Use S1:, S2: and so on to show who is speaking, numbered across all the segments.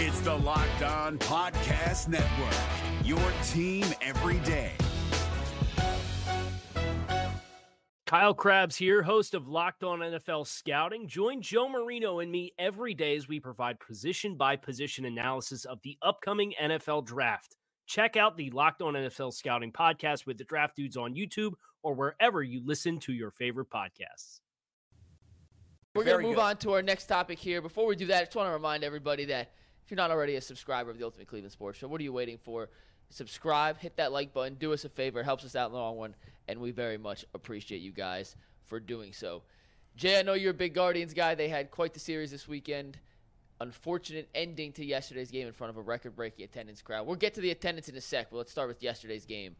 S1: It's the Locked On Podcast Network, your team every day.
S2: Kyle Krabs here, host of Locked On NFL Scouting. Join Joe Marino and me every day as we provide position by position analysis of the upcoming NFL draft. Check out the Locked On NFL Scouting podcast with the draft dudes on YouTube or wherever you listen to your favorite podcasts.
S3: We're going
S4: Very
S3: to move
S4: good.
S3: on to our next topic here. Before we do that, I just want to remind everybody that if you're not already a subscriber of the Ultimate Cleveland Sports Show, what are you waiting for? Subscribe, hit that like button, do us a favor. It helps us out in the long run, and we very much appreciate you guys for doing so. Jay, I know you're a big Guardians guy. They had quite the series this weekend. Unfortunate ending to yesterday's game in front of a record breaking attendance crowd. We'll get to the attendance in a sec, but let's start with yesterday's game.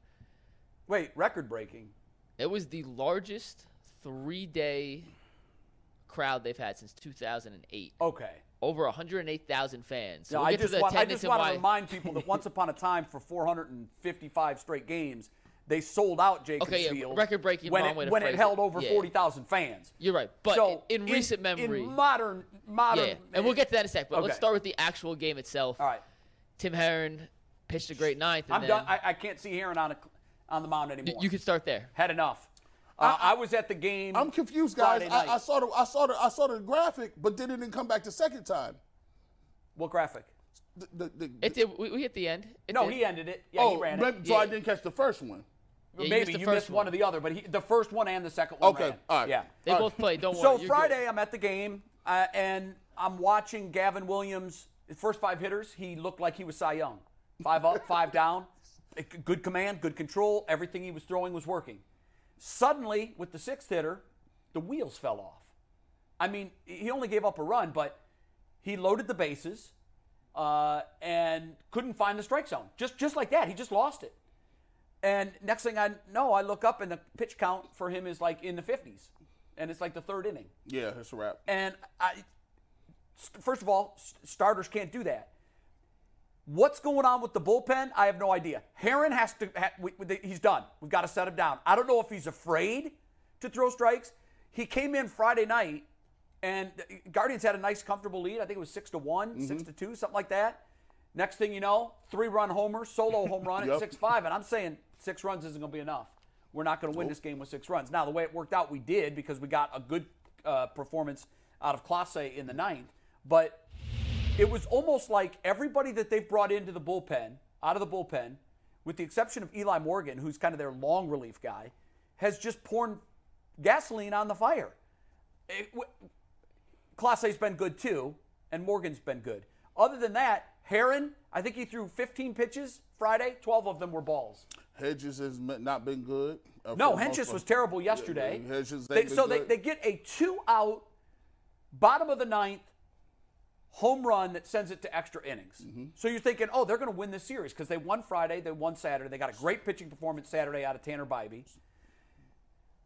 S4: Wait, record breaking.
S3: It was the largest three day crowd they've had since 2008.
S4: Okay.
S3: over 108,000 fans. So
S4: Yeah,
S3: we'll
S4: I
S3: get to
S4: just,
S3: the
S4: want, I
S3: attendance
S4: just
S3: and
S4: want to
S3: why.
S4: remind people that once upon a time, for 455 straight games, they sold out Jacobs
S3: Okay, yeah,
S4: Field.
S3: record-breaking,
S4: when
S3: wrong
S4: it,
S3: way to
S4: when it
S3: phrase it.
S4: held over
S3: Yeah.
S4: 40,000 fans.
S3: You're right, but
S4: so
S3: in, in recent memory,
S4: in modern, modern,
S3: yeah, and we'll get to that in a sec. But
S4: Okay.
S3: let's start with the actual game itself.
S4: All right,
S3: Tim Heron pitched a great ninth, and
S4: I'm
S3: then
S4: done. I, I can't see Heron on a, on the mound
S3: y-
S4: anymore.
S3: you can start there.
S4: had enough. Uh, I, was at the game.
S5: I'm confused, guys.
S4: Friday night.
S5: I, I saw the I saw the I saw the graphic, but then it didn't come back the second time.
S4: what graphic?
S5: The, the, the,
S3: It did. We, we hit the end. It
S4: No,
S3: did.
S4: he ended it. Yeah,
S5: oh,
S4: he ran it.
S5: maybe- so I
S3: Yeah.
S5: didn't catch the first one.
S3: Yeah, you
S4: Maybe
S3: the
S4: you
S3: first
S4: missed one. or the other, but he, the first one and the second one.
S5: Okay,
S4: ran.
S5: all right.
S4: Yeah.
S3: They
S5: All
S3: both
S5: right.
S3: played. Don't worry.
S4: So
S3: you're good.
S4: Friday, I'm at the game, uh, and I'm watching Gavin Williams. His first five hitters, he looked like he was Cy Young. Five up, five down. Eh, g- Good command, good control. Everything he was throwing was working. Suddenly, with the sixth hitter, the wheels fell off. I mean, he only gave up a run, but he loaded the bases uh, and couldn't find the strike zone. Just just like that, he just lost it. And next thing I know, I look up and the pitch count for him is like in the 50s, and it's like the third inning.
S5: Yeah, it's a wrap.
S4: And I, st- first of all, s- starters can't do that. What's going on with the bullpen? I have no idea. Heron has to. Ha, we, we- they- he's done. We've got to set him down. I don't know if he's afraid to throw strikes. He came in Friday night, and the Guardians had a nice, comfortable lead. I think it was six to one, six to two, something like that. Next thing you know, three-run homer, solo home run at
S5: Yep.
S4: six-five, and I'm saying six runs isn't going to be enough. We're not going to win this game with six runs. Now, the way it worked out, we did because we got a good uh, performance out of Classe in the ninth. But it was almost like everybody that they've brought into the bullpen, out of the bullpen, with the exception of Eli Morgan, who's kind of their long relief guy, has just poured gasoline on the fire. It, w- Classe's been good too, and Morgan's been good. Other than that, Heron, I think he threw 15 pitches Friday. 12 of them were balls.
S5: Hedges has m- not been good. uh,
S4: No,
S5: for the
S4: Henches
S5: most
S4: was
S5: part.
S4: terrible
S5: Yeah,
S4: yesterday.
S5: yeah, Hedges ain't
S4: They-
S5: been
S4: so they,
S5: good.
S4: they get a two out, bottom of the ninth, home run that sends it to extra innings.
S5: Mm-hmm.
S4: So you're thinking, oh, they're going to win this series because they won Friday, they won Saturday. They got a great pitching performance Saturday out of Tanner Bybee.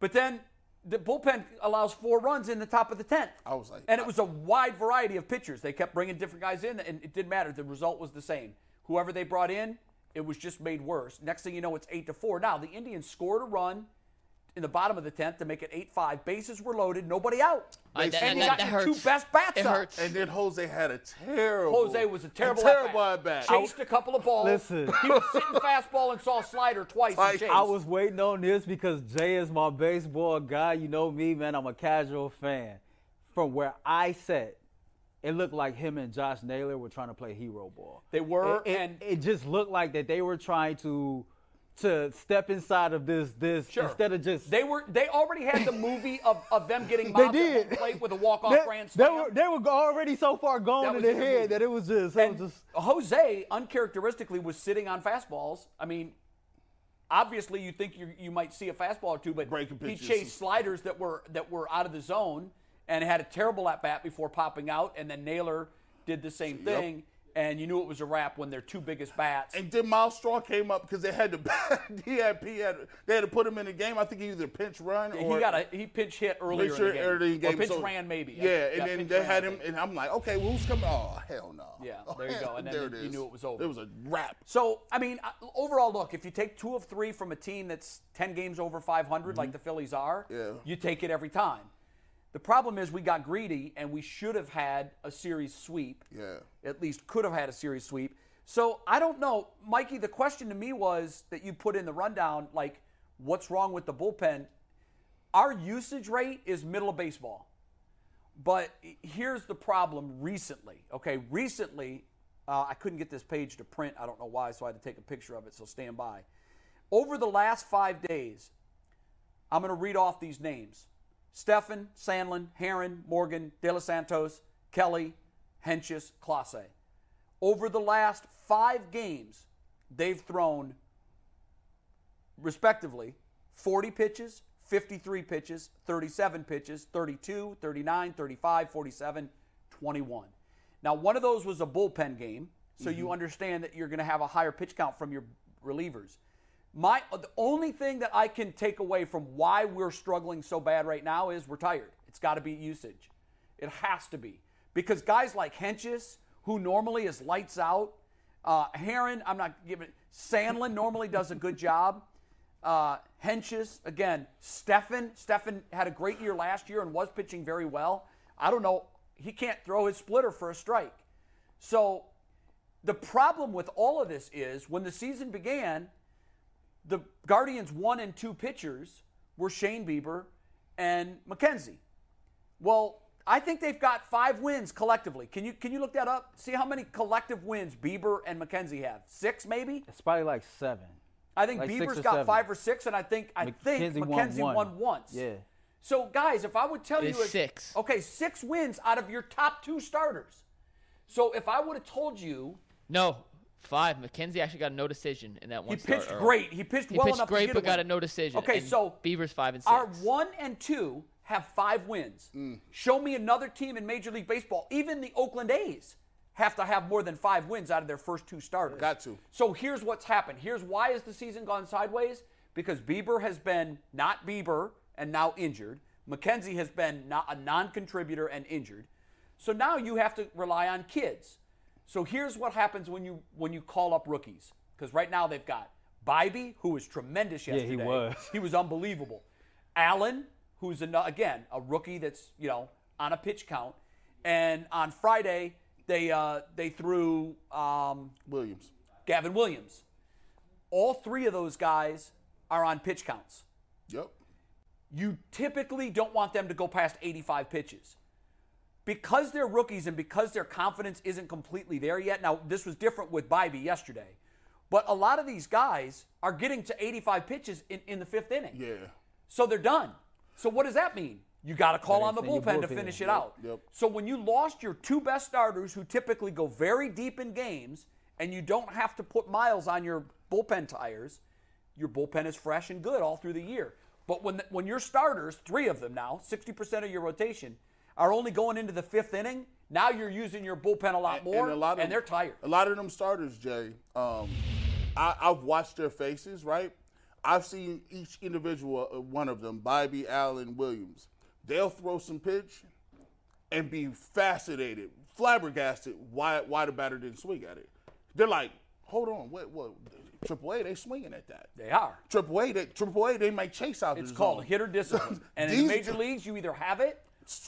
S4: But then the bullpen allows four runs in the top of the 10th.
S5: I was like-
S4: and it was a wide variety of pitchers. They kept bringing different guys in, and it didn't matter. The result was the same. Whoever they brought in, it was just made worse. Next thing you know, it's 8 to 4. Now, the Indians scored a run in the bottom of the 10th to make it 8 5. Bases were loaded, nobody out.
S3: I- that-
S4: and you
S3: that-
S4: got
S3: that
S4: your two
S3: hurts.
S4: best bats
S3: It
S4: out.
S3: hurts.
S5: And then Jose had a terrible.
S4: Jose was a terrible,
S5: terrible at bat.
S4: Chased a couple of balls.
S6: Listen.
S4: He was sitting fastball and saw a slider twice. and
S5: Like,
S4: chased.
S6: I was waiting on this because Jay is my baseball guy. You know me, man. I'm a casual fan. From where I sat, it looked like him and Josh Naylor were trying to play hero ball.
S4: They were,
S6: It- it-
S4: and-
S6: it just looked like that they were trying to to step inside of this this
S4: Sure.
S6: instead of just
S4: They were. They already had the movie of, of them getting
S6: they
S4: mobbed at
S6: did
S4: home plate with a walk off
S6: They-
S4: grand
S6: they,
S4: slam.
S6: were they were already so far
S4: That
S6: gone in
S4: was
S6: their
S4: their
S6: head
S4: movie.
S6: that it was just it
S4: and
S6: was just
S4: Jose uncharacteristically was sitting on fastballs. I mean, obviously you think you you might see a fastball or two, but
S5: Breaking
S4: he
S5: pitches.
S4: chased sliders that were that were out of the zone and had a terrible at bat before popping out, and then Naylor did the same thing. And you knew it was a wrap when their two biggest bats.
S5: And then Miles Straw came up because they had to. he had, he had, they had to put him in the game. I think he either pinch run or
S4: he got a he pinch hit earlier
S5: pinch
S4: in the
S5: run
S4: game,
S5: early in the game.
S4: or pinch
S5: So-
S4: ran maybe.
S5: Yeah, and then
S4: pinch
S5: they
S4: ran,
S5: had
S4: I
S5: him,
S4: think.
S5: and I'm like, okay, well, who's coming? Oh hell no.
S4: Yeah, there you go. And then
S5: there
S4: you-
S5: it
S4: you
S5: is.
S4: knew it was over.
S5: It was a wrap.
S4: So, I mean, uh, overall, look, if you take two of three from a team that's 10 games over 500, like the Phillies are,
S5: Mm-hmm. Yeah.
S4: you take it every time. The problem is we got greedy and we should have had a series sweep.
S5: Yeah.
S4: At least could have had a series sweep. So I don't know, Mikey. The question to me was that you put in the rundown, like, what's wrong with the bullpen? Our usage rate is middle of baseball. But here's the problem recently. Okay, recently, uh, I couldn't get this page to print. I don't know why, so I had to take a picture of it, so stand by. Over the last five days, I'm going to read off these names Stefan, Sandlin, Heron, Morgan, De Los Santos, Kelly, Henches, Classe. Over the last five games, they've thrown respectively 40 pitches, 53 pitches, 37 pitches, 32, 39, 35, 47, 21. Now, one of those was a bullpen game, so you understand that you're going to have a higher pitch count from your relievers. My the only thing that I can take away from why we're struggling so bad right now is we're tired. It's got to be usage. It has to be because guys like Henches, who normally is lights out, uh, Heron, I'm not giving Sandlin normally does a good job. Uh, Henches again, Stefan. Stefan had a great year last year and was pitching very well. I don't know. He can't throw his splitter for a strike. So the problem with all of this is when the season began, the Guardians' one and two pitchers were Shane Bieber and McKenzie. Well, I think they've got five wins collectively. Can you can you look that up? See how many collective wins Bieber and McKenzie have? Six, maybe.
S6: It's probably like seven.
S4: I think
S6: Like six
S4: Bieber's
S6: or
S4: got
S6: seven.
S4: five or six, and I think I think
S6: McKenzie won
S4: McKenzie won,
S6: one.
S4: once.
S6: Yeah.
S4: So guys, if I would tell
S3: It
S4: you
S3: is six.
S4: okay, six wins out of your top two starters. So if I would have told you
S3: No, five. McKenzie actually got a no decision in that
S4: he
S3: one. start
S4: pitched
S3: early.
S4: great, he pitched
S3: He
S4: well
S3: pitched
S4: enough to
S3: great,
S4: get
S3: but got a
S4: win.
S3: no decision.
S4: Okay,
S3: and
S4: so
S3: Beaver's five and six.
S4: Our one and two have five wins.
S5: Mm.
S4: Show me another team in Major League Baseball. Even the Oakland A's have to have more than five wins out of their first two starters.
S5: Got to.
S4: So here's what's happened. Here's why is the season gone sideways? Because Bieber has been not Bieber and now injured. McKenzie has been not a non-contributor and injured. So now you have to rely on kids. So here's what happens when you when you call up rookies. Because right now they've got Bybee, who was tremendous
S6: he
S4: yesterday.
S6: was.
S4: He was unbelievable. Allen, who's an, again a rookie that's you know on a pitch count, and on Friday they uh, they threw um,
S5: Williams.
S4: Gavin Williams. All three of those guys are on pitch counts.
S5: Yep.
S4: You typically don't want them to go past 85 pitches. Because they're rookies and because their confidence isn't completely there yet. Now, this was different with Bybee yesterday, but a lot of these guys are getting to 85 pitches in, in the fifth inning.
S5: Yeah.
S4: So they're done. So what does that mean? You got to call on the
S6: it's in your
S4: bullpen to
S6: bullpen.
S4: finish it
S6: Yep,
S4: out.
S5: yep.
S4: So when you lost your two best starters who typically go very deep in games and you don't have to put miles on your bullpen tires, your bullpen is fresh and good all through the year. But when the, when your starters, three of them now, 60% of your rotation are only going into the 5th inning, now you're using your bullpen a lot more and, they're tired.
S5: A lot of them starters, Jay. Um, I, I've watched their faces, right? I've seen each individual, uh, one of them, Bybee, Allen, Williams. They'll throw some pitch and be fascinated, flabbergasted why why the batter didn't swing at it. They're like, hold on, what what? Triple A, they swinging at that.
S4: They are.
S5: Triple A, they, Triple A, they might chase out.
S4: It's
S5: the
S4: called
S5: zone.
S4: hitter discipline. And in
S5: These-
S4: major leagues, you either have it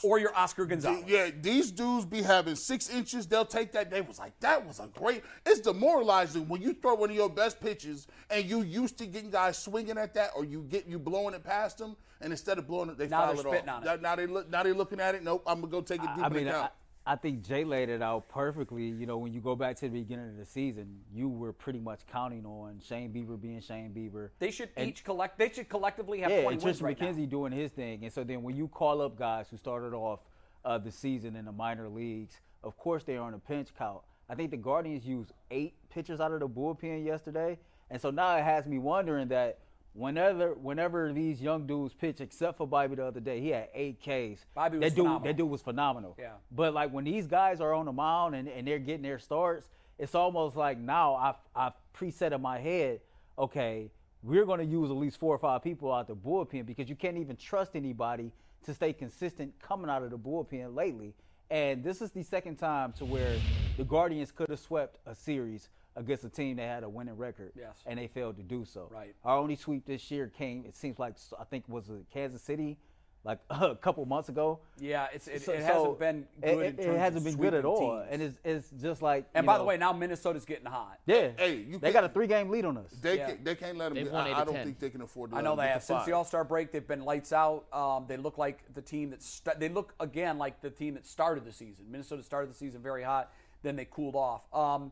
S4: or you're Oscar Gonzalez.
S5: Yeah, these dudes be having six inches. They'll take that. They was like, that was a great. It's demoralizing when you throw one of your best pitches and you used to getting guys swinging at that, or you get you blowing it past them, and instead of blowing it, they
S4: Now
S5: foul
S4: they're
S5: it off.
S4: spitting on it.
S5: Now- Now they look. Now they looking at it. Nope, I'm gonna go take it deep
S6: I
S5: in the
S6: mean, I,
S5: count.
S6: I think Jay laid it out perfectly. You know, when you go back to the beginning of the season, you were pretty much counting on Shane Bieber being Shane Bieber.
S4: They should
S6: And-
S4: each collect. They should collectively have
S6: yeah,
S4: 20
S6: and
S4: wins
S6: Tristan
S4: right now.
S6: McKenzie doing his thing. And so then when you call up guys who started off uh, the season in the minor leagues, of course they are on a pinch count. I think the Guardians used eight pitchers out of the bullpen yesterday, and so now it has me wondering that whenever whenever these young dudes pitch, except for Bobby the other day, he had eight Ks.
S4: Bobby was
S6: that dude,
S4: phenomenal.
S6: that dude was phenomenal.
S4: Yeah.
S6: But like when these guys are on the mound and, and they're getting their starts, it's almost like now I've I've preset in my head, okay, we're gonna use at least four or five people out the bullpen because you can't even trust anybody to stay consistent coming out of the bullpen lately. And this is the second time to where the Guardians could have swept a series against a team that had a winning record.
S4: Yes.
S6: And they failed to do so.
S4: Right.
S6: Our only sweep this year came, it seems like I think was it Kansas City like a couple months ago.
S4: Yeah, it's, it,
S6: So-
S4: it
S6: so
S4: hasn't been
S6: it-
S4: good.
S6: It,
S4: in
S6: it
S4: terms
S6: hasn't
S4: of
S6: been good at
S4: sweeping
S6: all,
S4: teams.
S6: and it's it's just like.
S4: And
S6: you
S4: by the
S6: know,
S4: way, now Minnesota's getting hot.
S6: yeah,
S5: Hey, you
S6: they got a
S5: can't-
S6: three game lead on us.
S5: They,
S4: Yeah.
S5: can't, they can't let them.
S3: They've
S5: get-
S3: won
S5: I,
S3: eight
S5: I
S3: to
S5: don't
S3: 10.
S5: think they can afford. To
S4: I
S5: let
S4: know
S5: them
S4: they
S5: get
S4: have.
S5: to
S4: Since
S5: five.
S4: the All Star break, they've been lights out. Um, they look like the team that st- they look again like the team that started the season. Minnesota started the season very hot, then they cooled off. Um,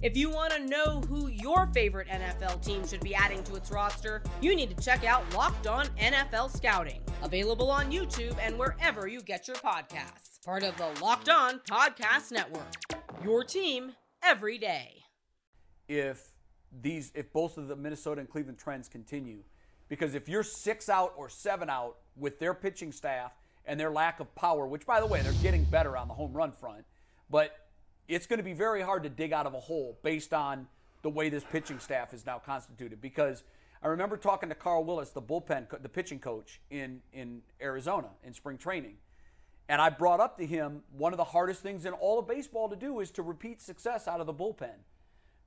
S7: If you want to know who your favorite NFL team should be adding to its roster, you need to check out Locked On NFL Scouting, available on YouTube and wherever you get your podcasts. Part of the Locked On Podcast Network. Your team every day.
S4: if these if both of the Minnesota and Cleveland trends continue. Because if you're six out or seven out with their pitching staff and their lack of power, which by the way, they're getting better on the home run front, but it's going to be very hard to dig out of a hole based on the way this pitching staff is now constituted. Because I remember talking to Carl Willis, the bullpen, co- the pitching coach in in Arizona in spring training, and I brought up to him one of the hardest things in all of baseball to do is to repeat success out of the bullpen.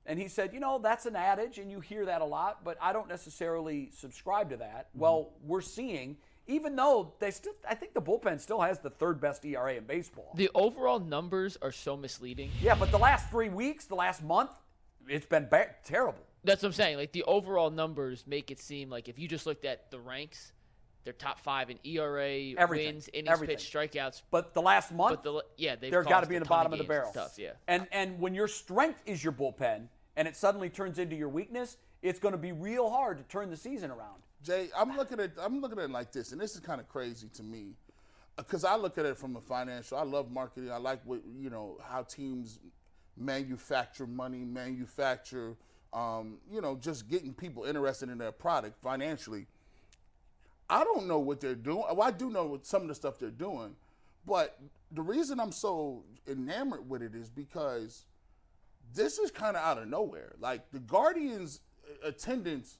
S4: And he said, you know, that's an adage, and you hear that a lot, but I don't necessarily subscribe to that.
S3: Mm-hmm.
S4: Well, we're seeing, even though they still, I think the bullpen still has the third best ERA in baseball.
S3: The overall numbers are so misleading.
S4: yeah, but the last three weeks, the last month, it's been ba- terrible.
S3: That's what I'm saying. Like the overall numbers make it seem like if you just looked at the ranks, they're top five in ERA,
S4: Everything.
S3: wins, innings
S4: Everything.
S3: pitched, strikeouts.
S4: But the last month,
S3: But the, yeah, they've
S4: they've got to
S3: caused a
S4: be in the
S3: ton
S4: bottom of, the
S3: games and
S4: barrel.
S3: Stuff, yeah.
S4: And and when your strength is your bullpen, and it suddenly turns into your weakness, it's going to be real hard to turn the season around.
S5: Jay, I'm looking at I'm looking at it like this, and this is kind of crazy to me, because I look at it from a financial. I love marketing. I like what you know how teams manufacture money, manufacture, um, you know, just getting people interested in their product financially. I don't know what they're doing. Well, I do know what some of the stuff they're doing, but the reason I'm so enamored with it is because this is kind of out of nowhere. Like the Guardians uh, attendance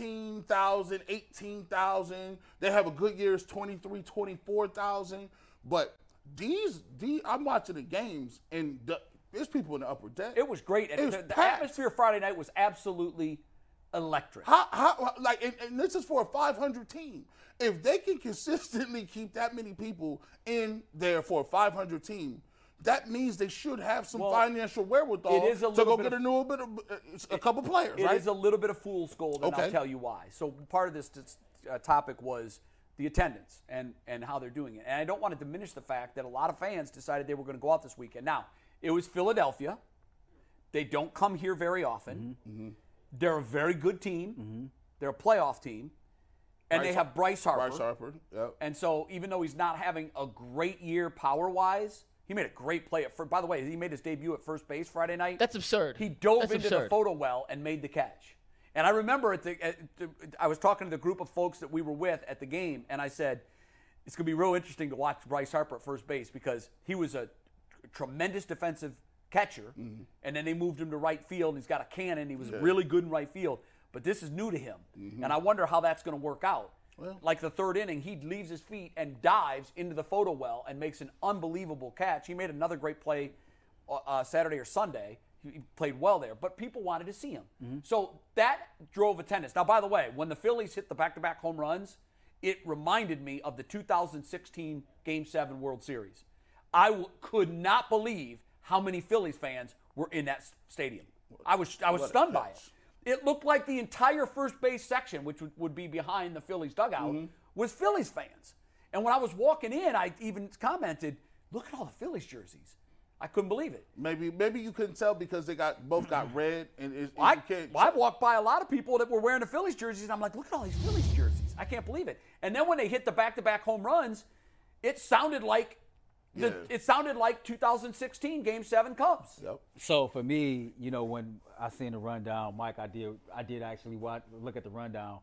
S5: 19,000, 18,000. They have a good year is 23, 24,000, but these the I'm watching the games and the, there's people in the upper deck.
S4: It was great. And
S5: It was
S4: the, the
S5: packed.
S4: atmosphere Friday night was absolutely electric.
S5: How, how like and, and this is for a 500 team. If they can consistently keep that many people in there for a 500 team, that means they should have some
S4: Well,
S5: financial wherewithal
S4: it is a
S5: to
S4: little
S5: go
S4: bit
S5: get
S4: of-
S5: a new bit of uh, a couple players,
S4: It is
S5: right?
S4: a little bit of fool's gold, and I'll
S5: Okay.
S4: tell you why. So part of this dis- uh, topic was the attendance and and how they're doing it. And I don't want to diminish the fact that a lot of fans decided they were going to go out this weekend. Now it was Philadelphia. They don't come here very often.
S5: Mm-hmm.
S4: They're a very good team. They're a playoff team, and they
S5: Bryce-
S4: have Bryce Harper.
S5: Bryce Harper. Yep.
S4: And so even though he's not having a great year power wise, he made a great play at first. By the way, he made his debut at first base Friday night.
S3: That's absurd.
S4: He dove
S3: That's
S4: into the
S3: absurd.
S4: photo well and made the catch. And I remember at the, at the I was talking to the group of folks that we were with at the game, and I said, it's going to be real interesting to watch Bryce Harper at first base because he was a tremendous defensive catcher, and then they moved him to right field, and he's got a cannon. He was really good in right field, but this is new to him, and I wonder how that's going to work out. like the third inning, he leaves his feet and dives into the photo well and makes an unbelievable catch. He made another great play uh, uh, Saturday or Sunday. He he played well there, but people wanted to see him. So that drove attendance. Now, by the way, when the Phillies hit the back-to-back home runs, it reminded me of the 2016 Game 7 World Series. I w- could not believe how many Phillies fans were in that s- stadium. I was I was stunned by it. It looked like the entire first base section, which would, would be behind the Phillies dugout, was Phillies fans. And when I was walking in, I even commented, "Look at all the Phillies jerseys." I couldn't believe it.
S5: Maybe maybe you couldn't tell because they got both got red and it,
S4: I,
S5: you can't.
S4: well, I walked by a lot of people that were wearing the Phillies jerseys, and I'm like, look at all these Phillies jerseys. I can't believe it. And then when they hit the back-to-back home runs, it sounded like the,
S5: Yeah.
S4: it sounded like 2016 Game Seven Cubs.
S5: Yep.
S6: So for me, you know, when I seen the rundown, Mike, I did I did actually watch, look at the rundown,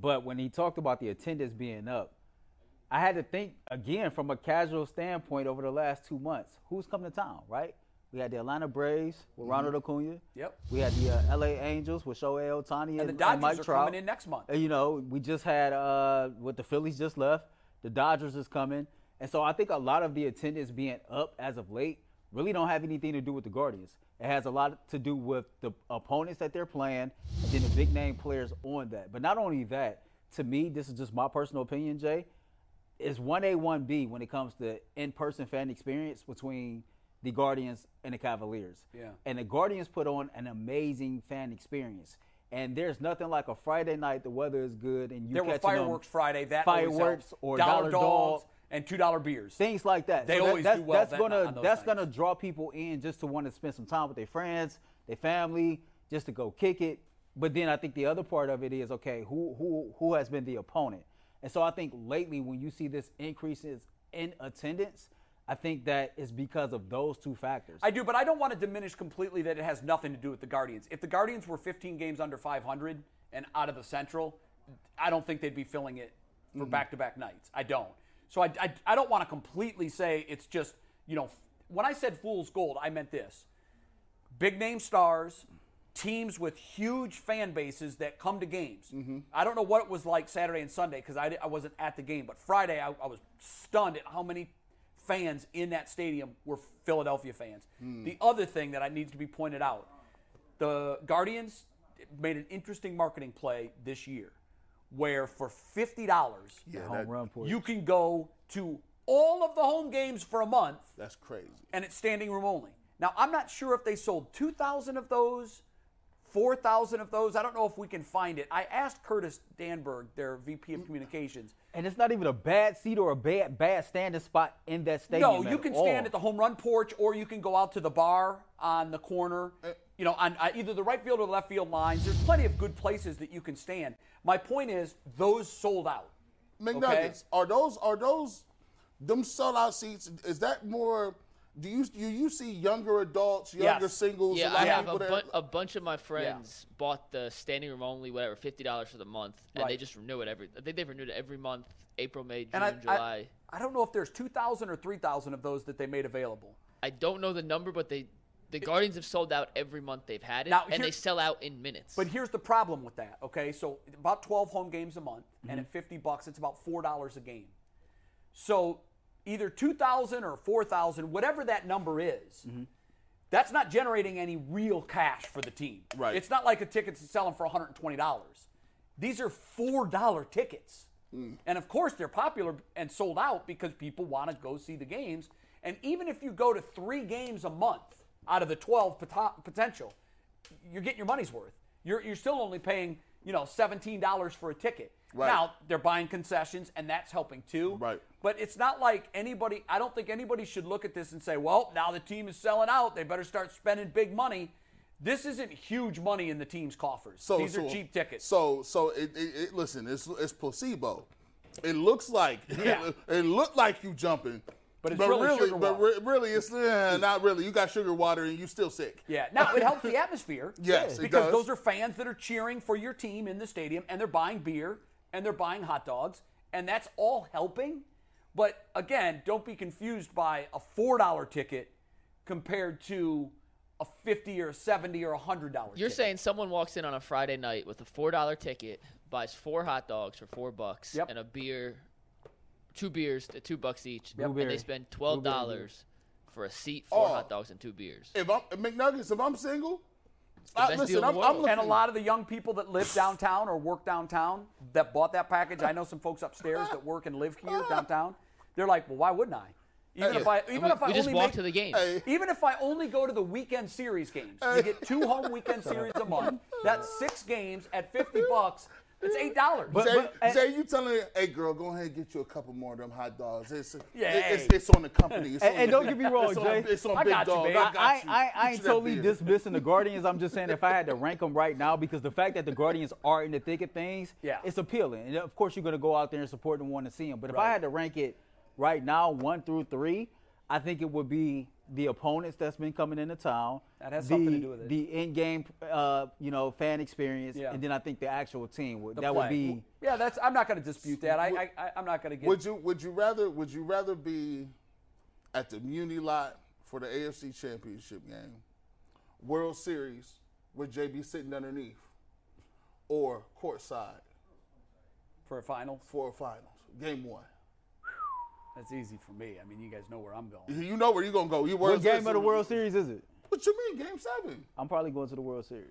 S6: but when he talked about the attendance being up, I had to think again from a casual standpoint over the last two months. Who's coming to town, right? We had the Atlanta Braves with Ronald Acuna.
S4: Mm-hmm. Yep.
S6: We had the uh, LA Angels with Shohei Otani and,
S4: the Dodgers
S6: Mike
S4: are
S6: Trout.
S4: coming in next month.
S6: And, you know, we just had uh, what the Phillies just left. The Dodgers is coming, and so I think a lot of the attendance being up as of late really don't have anything to do with the Guardians. It has a lot to do with the opponents that they're playing, and then the big name players on that. But not only that, to me, this is just my personal opinion, Jay is 1A, 1B when it comes to in person fan experience between the Guardians and the Cavaliers.
S4: Yeah.
S6: And the Guardians put on an amazing fan experience. And there's nothing like a Friday night, the weather is good, and you
S4: There were
S6: catching 'em-
S4: fireworks Friday. That always
S6: fireworks
S4: helps.
S6: or
S4: dollar,
S6: dollar,
S4: dogs
S6: dogs,
S4: and two dollar beers.
S6: things like that.
S4: They
S6: So that-
S4: always
S6: that's,
S4: do well
S6: That's
S4: that-
S6: gonna
S4: on those
S6: that's
S4: nights.
S6: gonna draw people in just to want to spend some time with their friends, their family, just to go kick it. But then I think the other part of it is okay, who who who has been the opponent? And so I think lately when you see this increases in attendance, I think that is because of those two factors.
S4: I do, but I don't want to diminish completely that it has nothing to do with the Guardians. If the Guardians were 15 games under 500 and out of the Central, I don't think they'd be filling it for back-to-back nights. I don't. So I, I, I don't want to completely say it's just you know f- when I said fool's gold, I meant this: big name stars, teams with huge fan bases that come to games. I don't know what it was like Saturday and Sunday because I, di- I wasn't at the game, but Friday I, I was stunned at how many fans in that stadium were Philadelphia fans. The other thing that I needs to be pointed out the Guardians made an interesting marketing play this year where for $50,
S6: home run porch.
S4: you can go to all of the home games for a month
S5: That's crazy.
S4: and it's standing room only. Now, I'm not sure if they sold 2,000 of those, 4,000 of those. I don't know if we can find it. I asked Curtis Danberg, their VP of Communications.
S6: and it's not even a bad seat or a bad bad standing spot in that stadium.
S4: No, you
S6: at
S4: can
S6: all.
S4: stand at the home run porch, or you can go out to the bar on the corner. You know, on uh, either the right field or left field lines. There's plenty of good places that you can stand. My point is, those sold out.
S5: McNuggets,
S4: Okay.
S5: are those are those them sellout seats? Is that more? Do you do you see younger adults, younger
S4: Yes.
S5: singles?
S3: Yeah,
S5: lot
S3: I
S5: of
S3: have
S5: people
S3: a,
S5: that-
S3: bu- a bunch of my friends bought the standing room only, whatever, fifty dollars for the month, and they
S4: Right.
S3: just renew it every. I think they've renewed it every month: April, May, June,
S4: And I, I,
S3: July.
S4: I don't know if there's 2,000 or 3,000 of those that they made available.
S3: I, don't know the number, but they, the Guardians have sold out every month they've had it,
S4: Now,
S3: and
S4: here-
S3: they sell out in minutes.
S4: But here's the problem with that, okay? So about 12 home games a month, and at 50 bucks, it's about four dollars a game. So either 2,000 or 4,000, whatever that number is, that's not generating any real cash for the team.
S5: Right.
S4: It's not like a ticket's selling for 120 dollars. These are four dollar tickets, and of course they're popular and sold out because people want to go see the games. And even if you go to three games a month out of the 12 pot- potential, you're getting your money's worth. You're, you're still only paying, you know, $17 for a ticket.
S5: Right.
S4: Now, they're buying concessions, and that's helping too.
S5: Right.
S4: But it's not like anybody, I don't think anybody should look at this and say, well, now the team is selling out. They better start spending big money. This isn't huge money in the team's coffers.
S5: So
S4: These
S5: so-
S4: are cheap tickets.
S5: So so it, it, it- listen, it's it's placebo. It looks like it, looked like you jumping.
S4: But it's really sugar
S5: but
S4: water.
S5: re- really, it's eh, not really. You got sugar water and you still sick.
S4: yeah. Now, it helps the atmosphere.
S5: Yes, it
S4: Because
S5: does.
S4: those are fans that are cheering for your team in the stadium, and they're buying beer, and they're buying hot dogs, and that's all helping. But again, don't be confused by a $4 ticket compared to a 50 or a 70 or a $100
S3: You're
S4: ticket.
S3: saying someone walks in on a Friday night with a four dollar ticket, buys four hot dogs for four bucks
S4: Yep.
S3: and a beer, two beers at two bucks each, and
S6: Blueberry.
S3: they spend twelve dollars for a seat, four
S4: Oh.
S3: hot dogs, and two beers.
S5: If I'm McNuggets, if I'm single,
S3: the
S5: I,
S3: best
S5: listen,
S3: deal in
S5: I'm,
S3: the
S5: I'm
S3: world.
S5: looking.
S4: And a lot of the young people that live downtown or work downtown that bought that package, I know some folks upstairs that work and live here downtown. They're like, well, why wouldn't I? Even if I,
S3: And
S4: even
S3: we,
S4: if I
S3: we
S4: only
S3: just walk
S4: make-
S3: to the game.
S4: even if I only go to the weekend series games, you get two home weekend series a month. That's six games at fifty bucks. It's eight dollars.
S5: Jay,
S6: but-
S5: Jay, you telling me, hey girl, go ahead and get you a couple more of them hot dogs. It's it- it's,
S4: Yay.
S5: it's on the company. It's
S6: And-
S5: on
S6: and
S5: the-
S6: don't get me wrong,
S5: it's on,
S6: Jay.
S5: It's on
S4: I
S5: big
S4: got you,
S5: dog.
S4: babe.
S5: I got
S6: I,
S5: you.
S6: I, I
S5: Get
S6: ain't
S5: you that
S6: totally
S5: beer.
S6: dismissing the Guardians. I'm just saying if I had to rank them right now, because the fact that the Guardians are in the thick of things,
S4: Yeah.
S6: it's appealing. And of course, you're going to go out there and support and want to see them. But if
S4: Right.
S6: I had to rank it right now, one through three, I think it would be the opponents that's been coming into town.
S4: That has
S6: the,
S4: something to do with it.
S6: The in-game, uh, you know, fan experience,
S4: Yeah.
S6: and then I think the actual team. would
S4: The
S6: that
S4: play.
S6: would be.
S4: Yeah, that's. I'm not going to dispute that. I, I, I I'm not going to get.
S5: Would you would you rather would you rather be at the Muni lot for the AFC Championship game, World Series with JB sitting underneath, or courtside
S4: for a final.
S5: for a finals, game one.
S4: That's easy for me. I mean, you guys know where I'm going.
S5: You know where you're gonna go. You
S6: What game of the World Series is it?
S5: What you mean, Game Seven?
S6: I'm probably going to the World Series.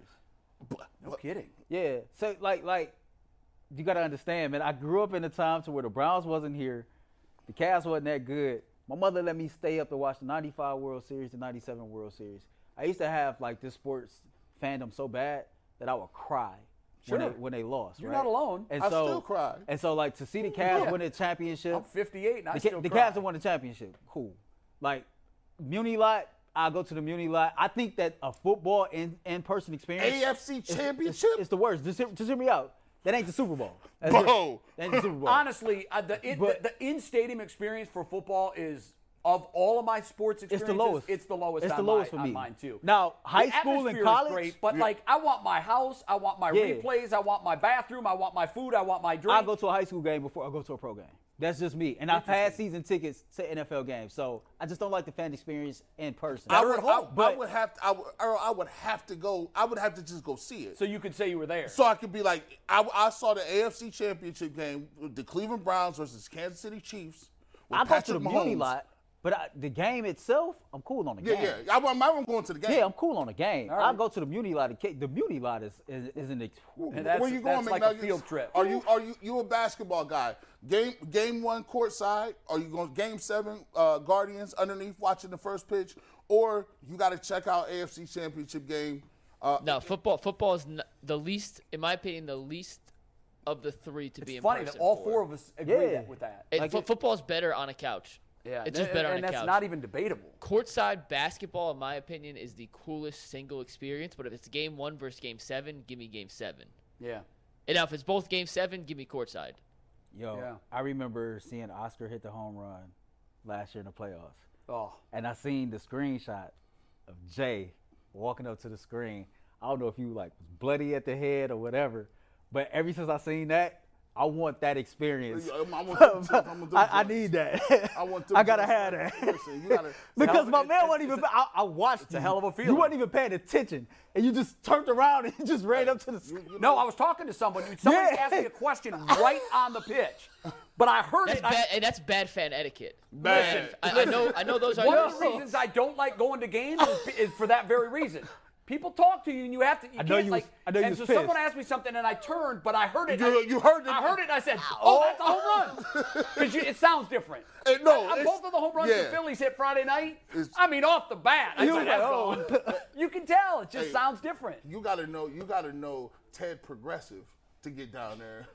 S4: No kidding.
S6: Yeah. So like like you gotta understand, man. I grew up in a time to where the Browns wasn't here, the Cavs wasn't that good. My mother let me stay up to watch the '95 World Series, the '97 World Series. I used to have like this sports fandom so bad that I would cry
S4: Sure.
S6: when, they, when they lost.
S4: You're
S6: right?
S4: not alone.
S6: And
S5: I
S6: so,
S5: still cry.
S6: And so like to see the Cavs
S4: Yeah.
S6: win the championship.
S4: I'm 58 and I
S6: The,
S4: still
S6: Ca- the
S4: cry.
S6: Cavs have won the championship. Cool. Like Muni lot, I go to the Muni lot. I think that a football in in person experience,
S5: AFC
S6: it's- it's-
S5: championship?
S6: it's, the worst. Just hear, just hear me out. That ain't the Super Bowl. That's
S5: Bro.
S6: it. That ain't the Super Bowl.
S4: Honestly, uh, the, it,
S6: But-
S4: the, the in-stadium experience for football is of all of my sports
S6: it's
S4: experiences.
S6: the lowest.
S4: It's the lowest.
S6: It's
S4: on
S6: the lowest
S4: my,
S6: for me.
S4: On mine too.
S6: Now, high
S4: The
S6: school
S4: atmosphere
S6: and
S4: is
S6: college.
S4: great, but like I want my house, I want my
S6: Yeah.
S4: replays, I want my bathroom, I want my food, I want my drink.
S6: I go to a high school game before I go to a pro game. That's just me. And I've had season tickets to NFL games, so I just don't like the fan experience in person.
S5: I would, I, I
S6: but-
S5: would have to, I would, Earl, I would have to go. I would have to just go see it.
S4: so you could say you were there.
S5: So I could be like, I, I saw the AFC Championship game, with the Cleveland Browns versus Kansas City Chiefs. With
S6: I go to the
S5: Patrick
S6: Muni
S5: Mahomes.
S6: lot, but I, the game itself, I'm cool on the
S5: Yeah,
S6: game.
S5: yeah. I, I'm, I'm going to the game.
S6: Yeah, I'm cool on the game.
S4: right.
S6: I'll go to the Muni lot. of ca- The Muni lot is is, is an ex-
S4: And that's-
S5: Where you going,
S4: that's like a
S5: McNuggets?
S4: field trip.
S5: Are you are you you a basketball guy? Game game one courtside. Are you going game seven? Uh, Guardians underneath watching the first pitch, or you got to check out AFC Championship game. Uh,
S3: No, football. Football is n the least, in my opinion, the least of the three to be
S4: it's
S3: in
S4: funny that
S3: person
S4: all
S3: for.
S4: four of us agree
S6: Yeah.
S4: with that.
S3: It, fo- football's better on a couch. it's just
S4: and-
S3: better on
S4: and
S3: a
S4: that's
S3: couch.
S4: not even debatable.
S3: Courtside basketball, in my opinion, is the coolest single experience. But if it's game one versus game seven, give me game seven.
S4: Yeah,
S3: And now if it's both game seven, give me courtside.
S6: Yo,
S4: Yeah.
S6: I remember seeing Oscar hit the home run last year in the playoffs,
S4: oh,
S6: and I seen the screenshot of Jay walking up to the screen. I don't know if you like was bloody at the head or whatever, but ever since I seen that, I want that experience.
S5: Yeah, I'm- I want them joints. I want them
S6: I, I
S5: joints.
S6: need that.
S5: I want them
S6: I gotta
S5: joints,
S6: have
S5: man.
S6: that.
S5: Listen, you gotta-
S6: because my
S4: It's-
S6: man
S4: it's-
S6: wasn't even. I, I watched. It's
S4: a hell of a
S6: You
S4: feeling.
S6: wasn't even paying attention, and you just turned around and just ran up to the. screen.
S4: no, I was talking to somebody. Somebody
S6: Yeah.
S4: asked me a question right on the pitch, but I heard
S3: That's
S4: it. I-
S3: bad, and that's bad fan etiquette.
S5: Bad.
S3: And I, I know. I know those are.
S4: One of the reasons I don't like going to games is, is for that very reason. People talk to you, and you have to. You I
S6: know
S4: can't,
S6: you was-
S4: like,
S6: I know you
S4: And
S6: was
S4: so
S6: pissed.
S4: someone asked me something, and I turned, but I heard it.
S5: You-
S4: I-
S5: you heard it.
S4: I heard it. and I said, "Oh, that's a home run," because it sounds different.
S5: Eh, no,
S4: I- I-
S5: it's-
S4: both of the home runs
S5: yeah.
S4: the Phillies hit Friday night.
S5: It's-
S4: I mean, off the bat, I
S6: You
S4: said,
S6: was like,
S4: "That's
S6: "Oh."
S4: going." You can tell it just
S5: Hey.
S4: sounds different.
S5: you gotta know. You gotta know Ted Progressive to get down there.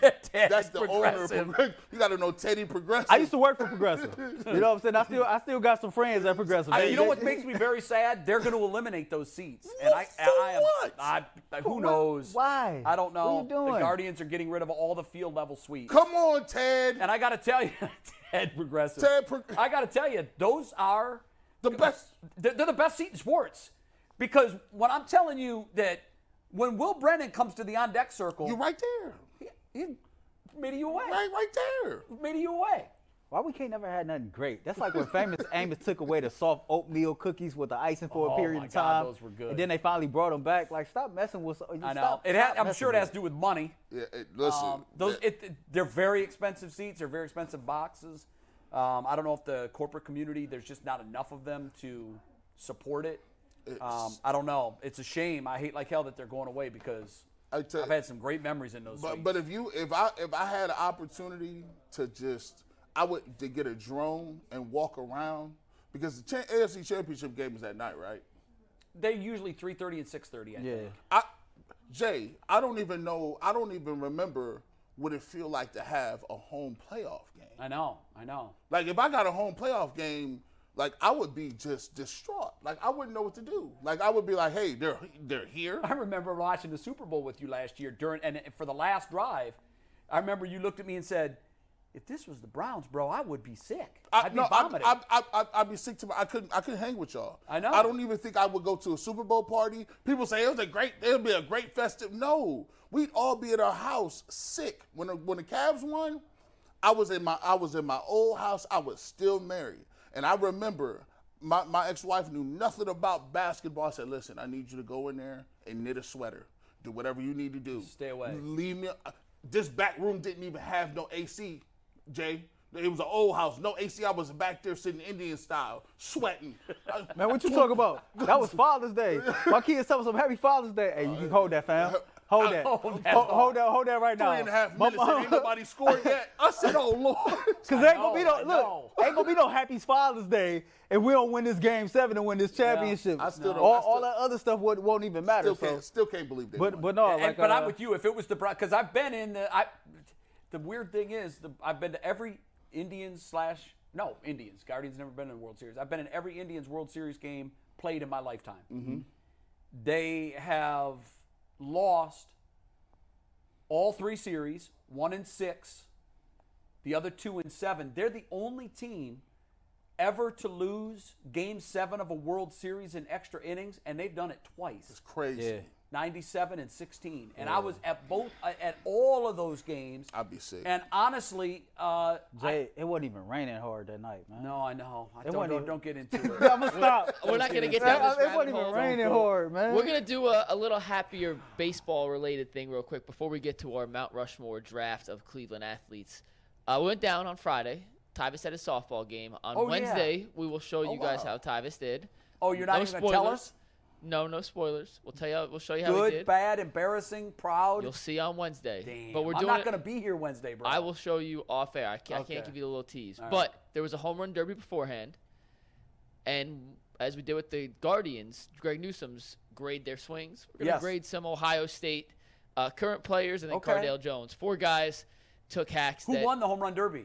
S4: Ted
S5: That's the owner. Of
S4: Progressive.
S5: Progressive. You gotta know Teddy Progressive.
S6: I used to work for Progressive. You know what I'm saying? I still I still got some friends at Progressive.
S4: I-
S6: They-
S4: you know
S6: they-
S4: what makes me very sad? They're going to eliminate those seats, and I,
S5: For
S4: I, am-
S5: what?
S4: I, I- who
S6: what?
S4: knows?
S6: Why?
S4: I don't
S6: What
S4: know.
S6: are you doing?
S4: The Guardians are getting rid of all the field level suites,
S5: Come on, Ted.
S4: and I got to tell you, Ted Progressive.
S5: Ted Prog-
S4: I got to tell you, those are
S5: The best.
S4: They're, they're the best seat in sports because when I'm telling you that when Will Brennan comes to the on deck circle,
S5: you right there.
S4: he made you away,
S5: Right, right there.
S4: made you away.
S6: Why we can't never had nothing great? That's like when famous Amos took away the soft oatmeal cookies with the icing for
S4: Oh
S6: a period
S4: my
S6: of
S4: God,
S6: time.
S4: those were good.
S6: And then they finally brought them back. Like, stop messing with.
S4: I know. It ha- I'm sure it has to do with money.
S5: Yeah, eh, listen.
S4: Um, those
S5: that-
S4: it, they're very expensive seats. They're very expensive boxes. Um, I don't know if the corporate community there's just not enough of them to support it. Um, I don't know. It's a shame. I hate like hell that they're going away because
S5: I tell-
S4: I've had some great memories in those.
S5: But
S4: seats.
S5: but if you if I if I had an opportunity to just I would to get a drone and walk around because the cha- AFC Championship game is at night, right?
S4: they're usually 3:30 and 6:30. I
S6: Yeah.
S4: think.
S5: I Jay, I don't even know. I don't even remember what it feel like to have a home playoff game.
S4: I know. I know.
S5: Like if I got a home playoff game, like I would be just distraught. Like I wouldn't know what to do. Like I would be like, hey, they're they're here.
S4: I remember watching the Super Bowl with you last year during and for the last drive. I remember you looked at me and said, "If this was the Browns, bro, I would be sick.
S5: I,
S4: would
S5: no,
S4: be vomiting."
S5: I, I, I, I, would be sick to my. I couldn't. I couldn't hang with y'all.
S4: I know.
S5: I don't even think I would go to a Super Bowl party. People say it was a great. It'll be a great festive. No, we'd all be at our house sick when the, when the Cavs won. I was in my I was in my old house. I was still married, and I remember my, my ex-wife knew nothing about basketball. I said, listen, I need you to go in there and knit a sweater. Do whatever you need to do.
S4: Stay away.
S5: Leave me. uh, This back room didn't even have no AC, Jay. It was an old house. No AC. I was back there sitting Indian style, sweating. I-
S6: Man, what you talking about? That was Father's Day. My kids tell us some happy Father's Day. Hey, you can hold that, fam. Hold that. Hold, hold that. Hold that right now.
S5: Three and a half
S6: My
S5: minutes and ain't
S6: mom-
S5: nobody scored yet. I said, oh, Lord.
S6: Cause ain't gonna be
S4: know,
S6: no
S4: I know.
S6: look, ain't gonna be no happy Father's Day if we don't win this game seven and win this championship.
S5: I still don't-
S6: all,
S5: I still-
S6: all that other stuff won't, won't even matter.
S5: Still can't,
S6: so.
S5: still can't believe they
S6: But
S5: won.
S6: but no,
S4: And-
S6: like
S4: but
S6: uh,
S4: I'm with you. If it was the because I've been in the I, the weird thing is the, I've been to every Indians slash no Indians Guardians never been in a World Series. I've been in every Indians World Series game played in my lifetime.
S6: Mm-hmm.
S4: They have lost all three series, one in six, the other two in seven. They're the only team ever to lose game seven of a World Series in extra innings, and they've done it twice.
S5: crazy.
S4: 97 and 16 and i was at both uh, at all of those games
S5: I'd be sick.
S4: and honestly uh
S6: Jay, it wasn't even raining hard that night, man.
S4: no i know I
S6: wasn't
S4: don't, don't,
S6: even-
S4: don't get into
S6: Yeah,
S4: it
S6: I'm gonna stop.
S3: We're not gonna get
S6: Yeah,
S3: down this
S6: It wasn't
S3: rabbit
S6: even
S3: hole.
S6: raining hard, man.
S3: We're gonna do a, a little happier baseball-related thing real quick before we get to our Mount Rushmore draft of Cleveland athletes. Uh, we went down on Friday. Tyvis had a softball game on
S4: Oh, yeah. Oh,
S3: Wednesday. We will show you guys
S4: wow.
S3: how Tyvis did.
S4: oh you're not
S3: No
S4: even gonna tell
S3: spoilers.
S4: us
S3: No, no spoilers. We'll tell you. We'll show you how he
S4: good
S3: did.
S4: bad embarrassing proud
S3: You'll see on Wednesday.
S4: Damn.
S3: But we're doing
S4: i'm not
S3: it.
S4: gonna be here wednesday bro
S3: I will show you off air. I can't, I
S4: Okay.
S3: can't give you the little tease. But there was a home run derby beforehand, and as we did with the Guardians, Greg Newsom's grade their swings. We're gonna
S4: Yes.
S3: grade some Ohio State uh, current players and then
S4: Okay.
S3: Cardale Jones. Four guys took hacks.
S4: who
S3: that
S4: won the home run derby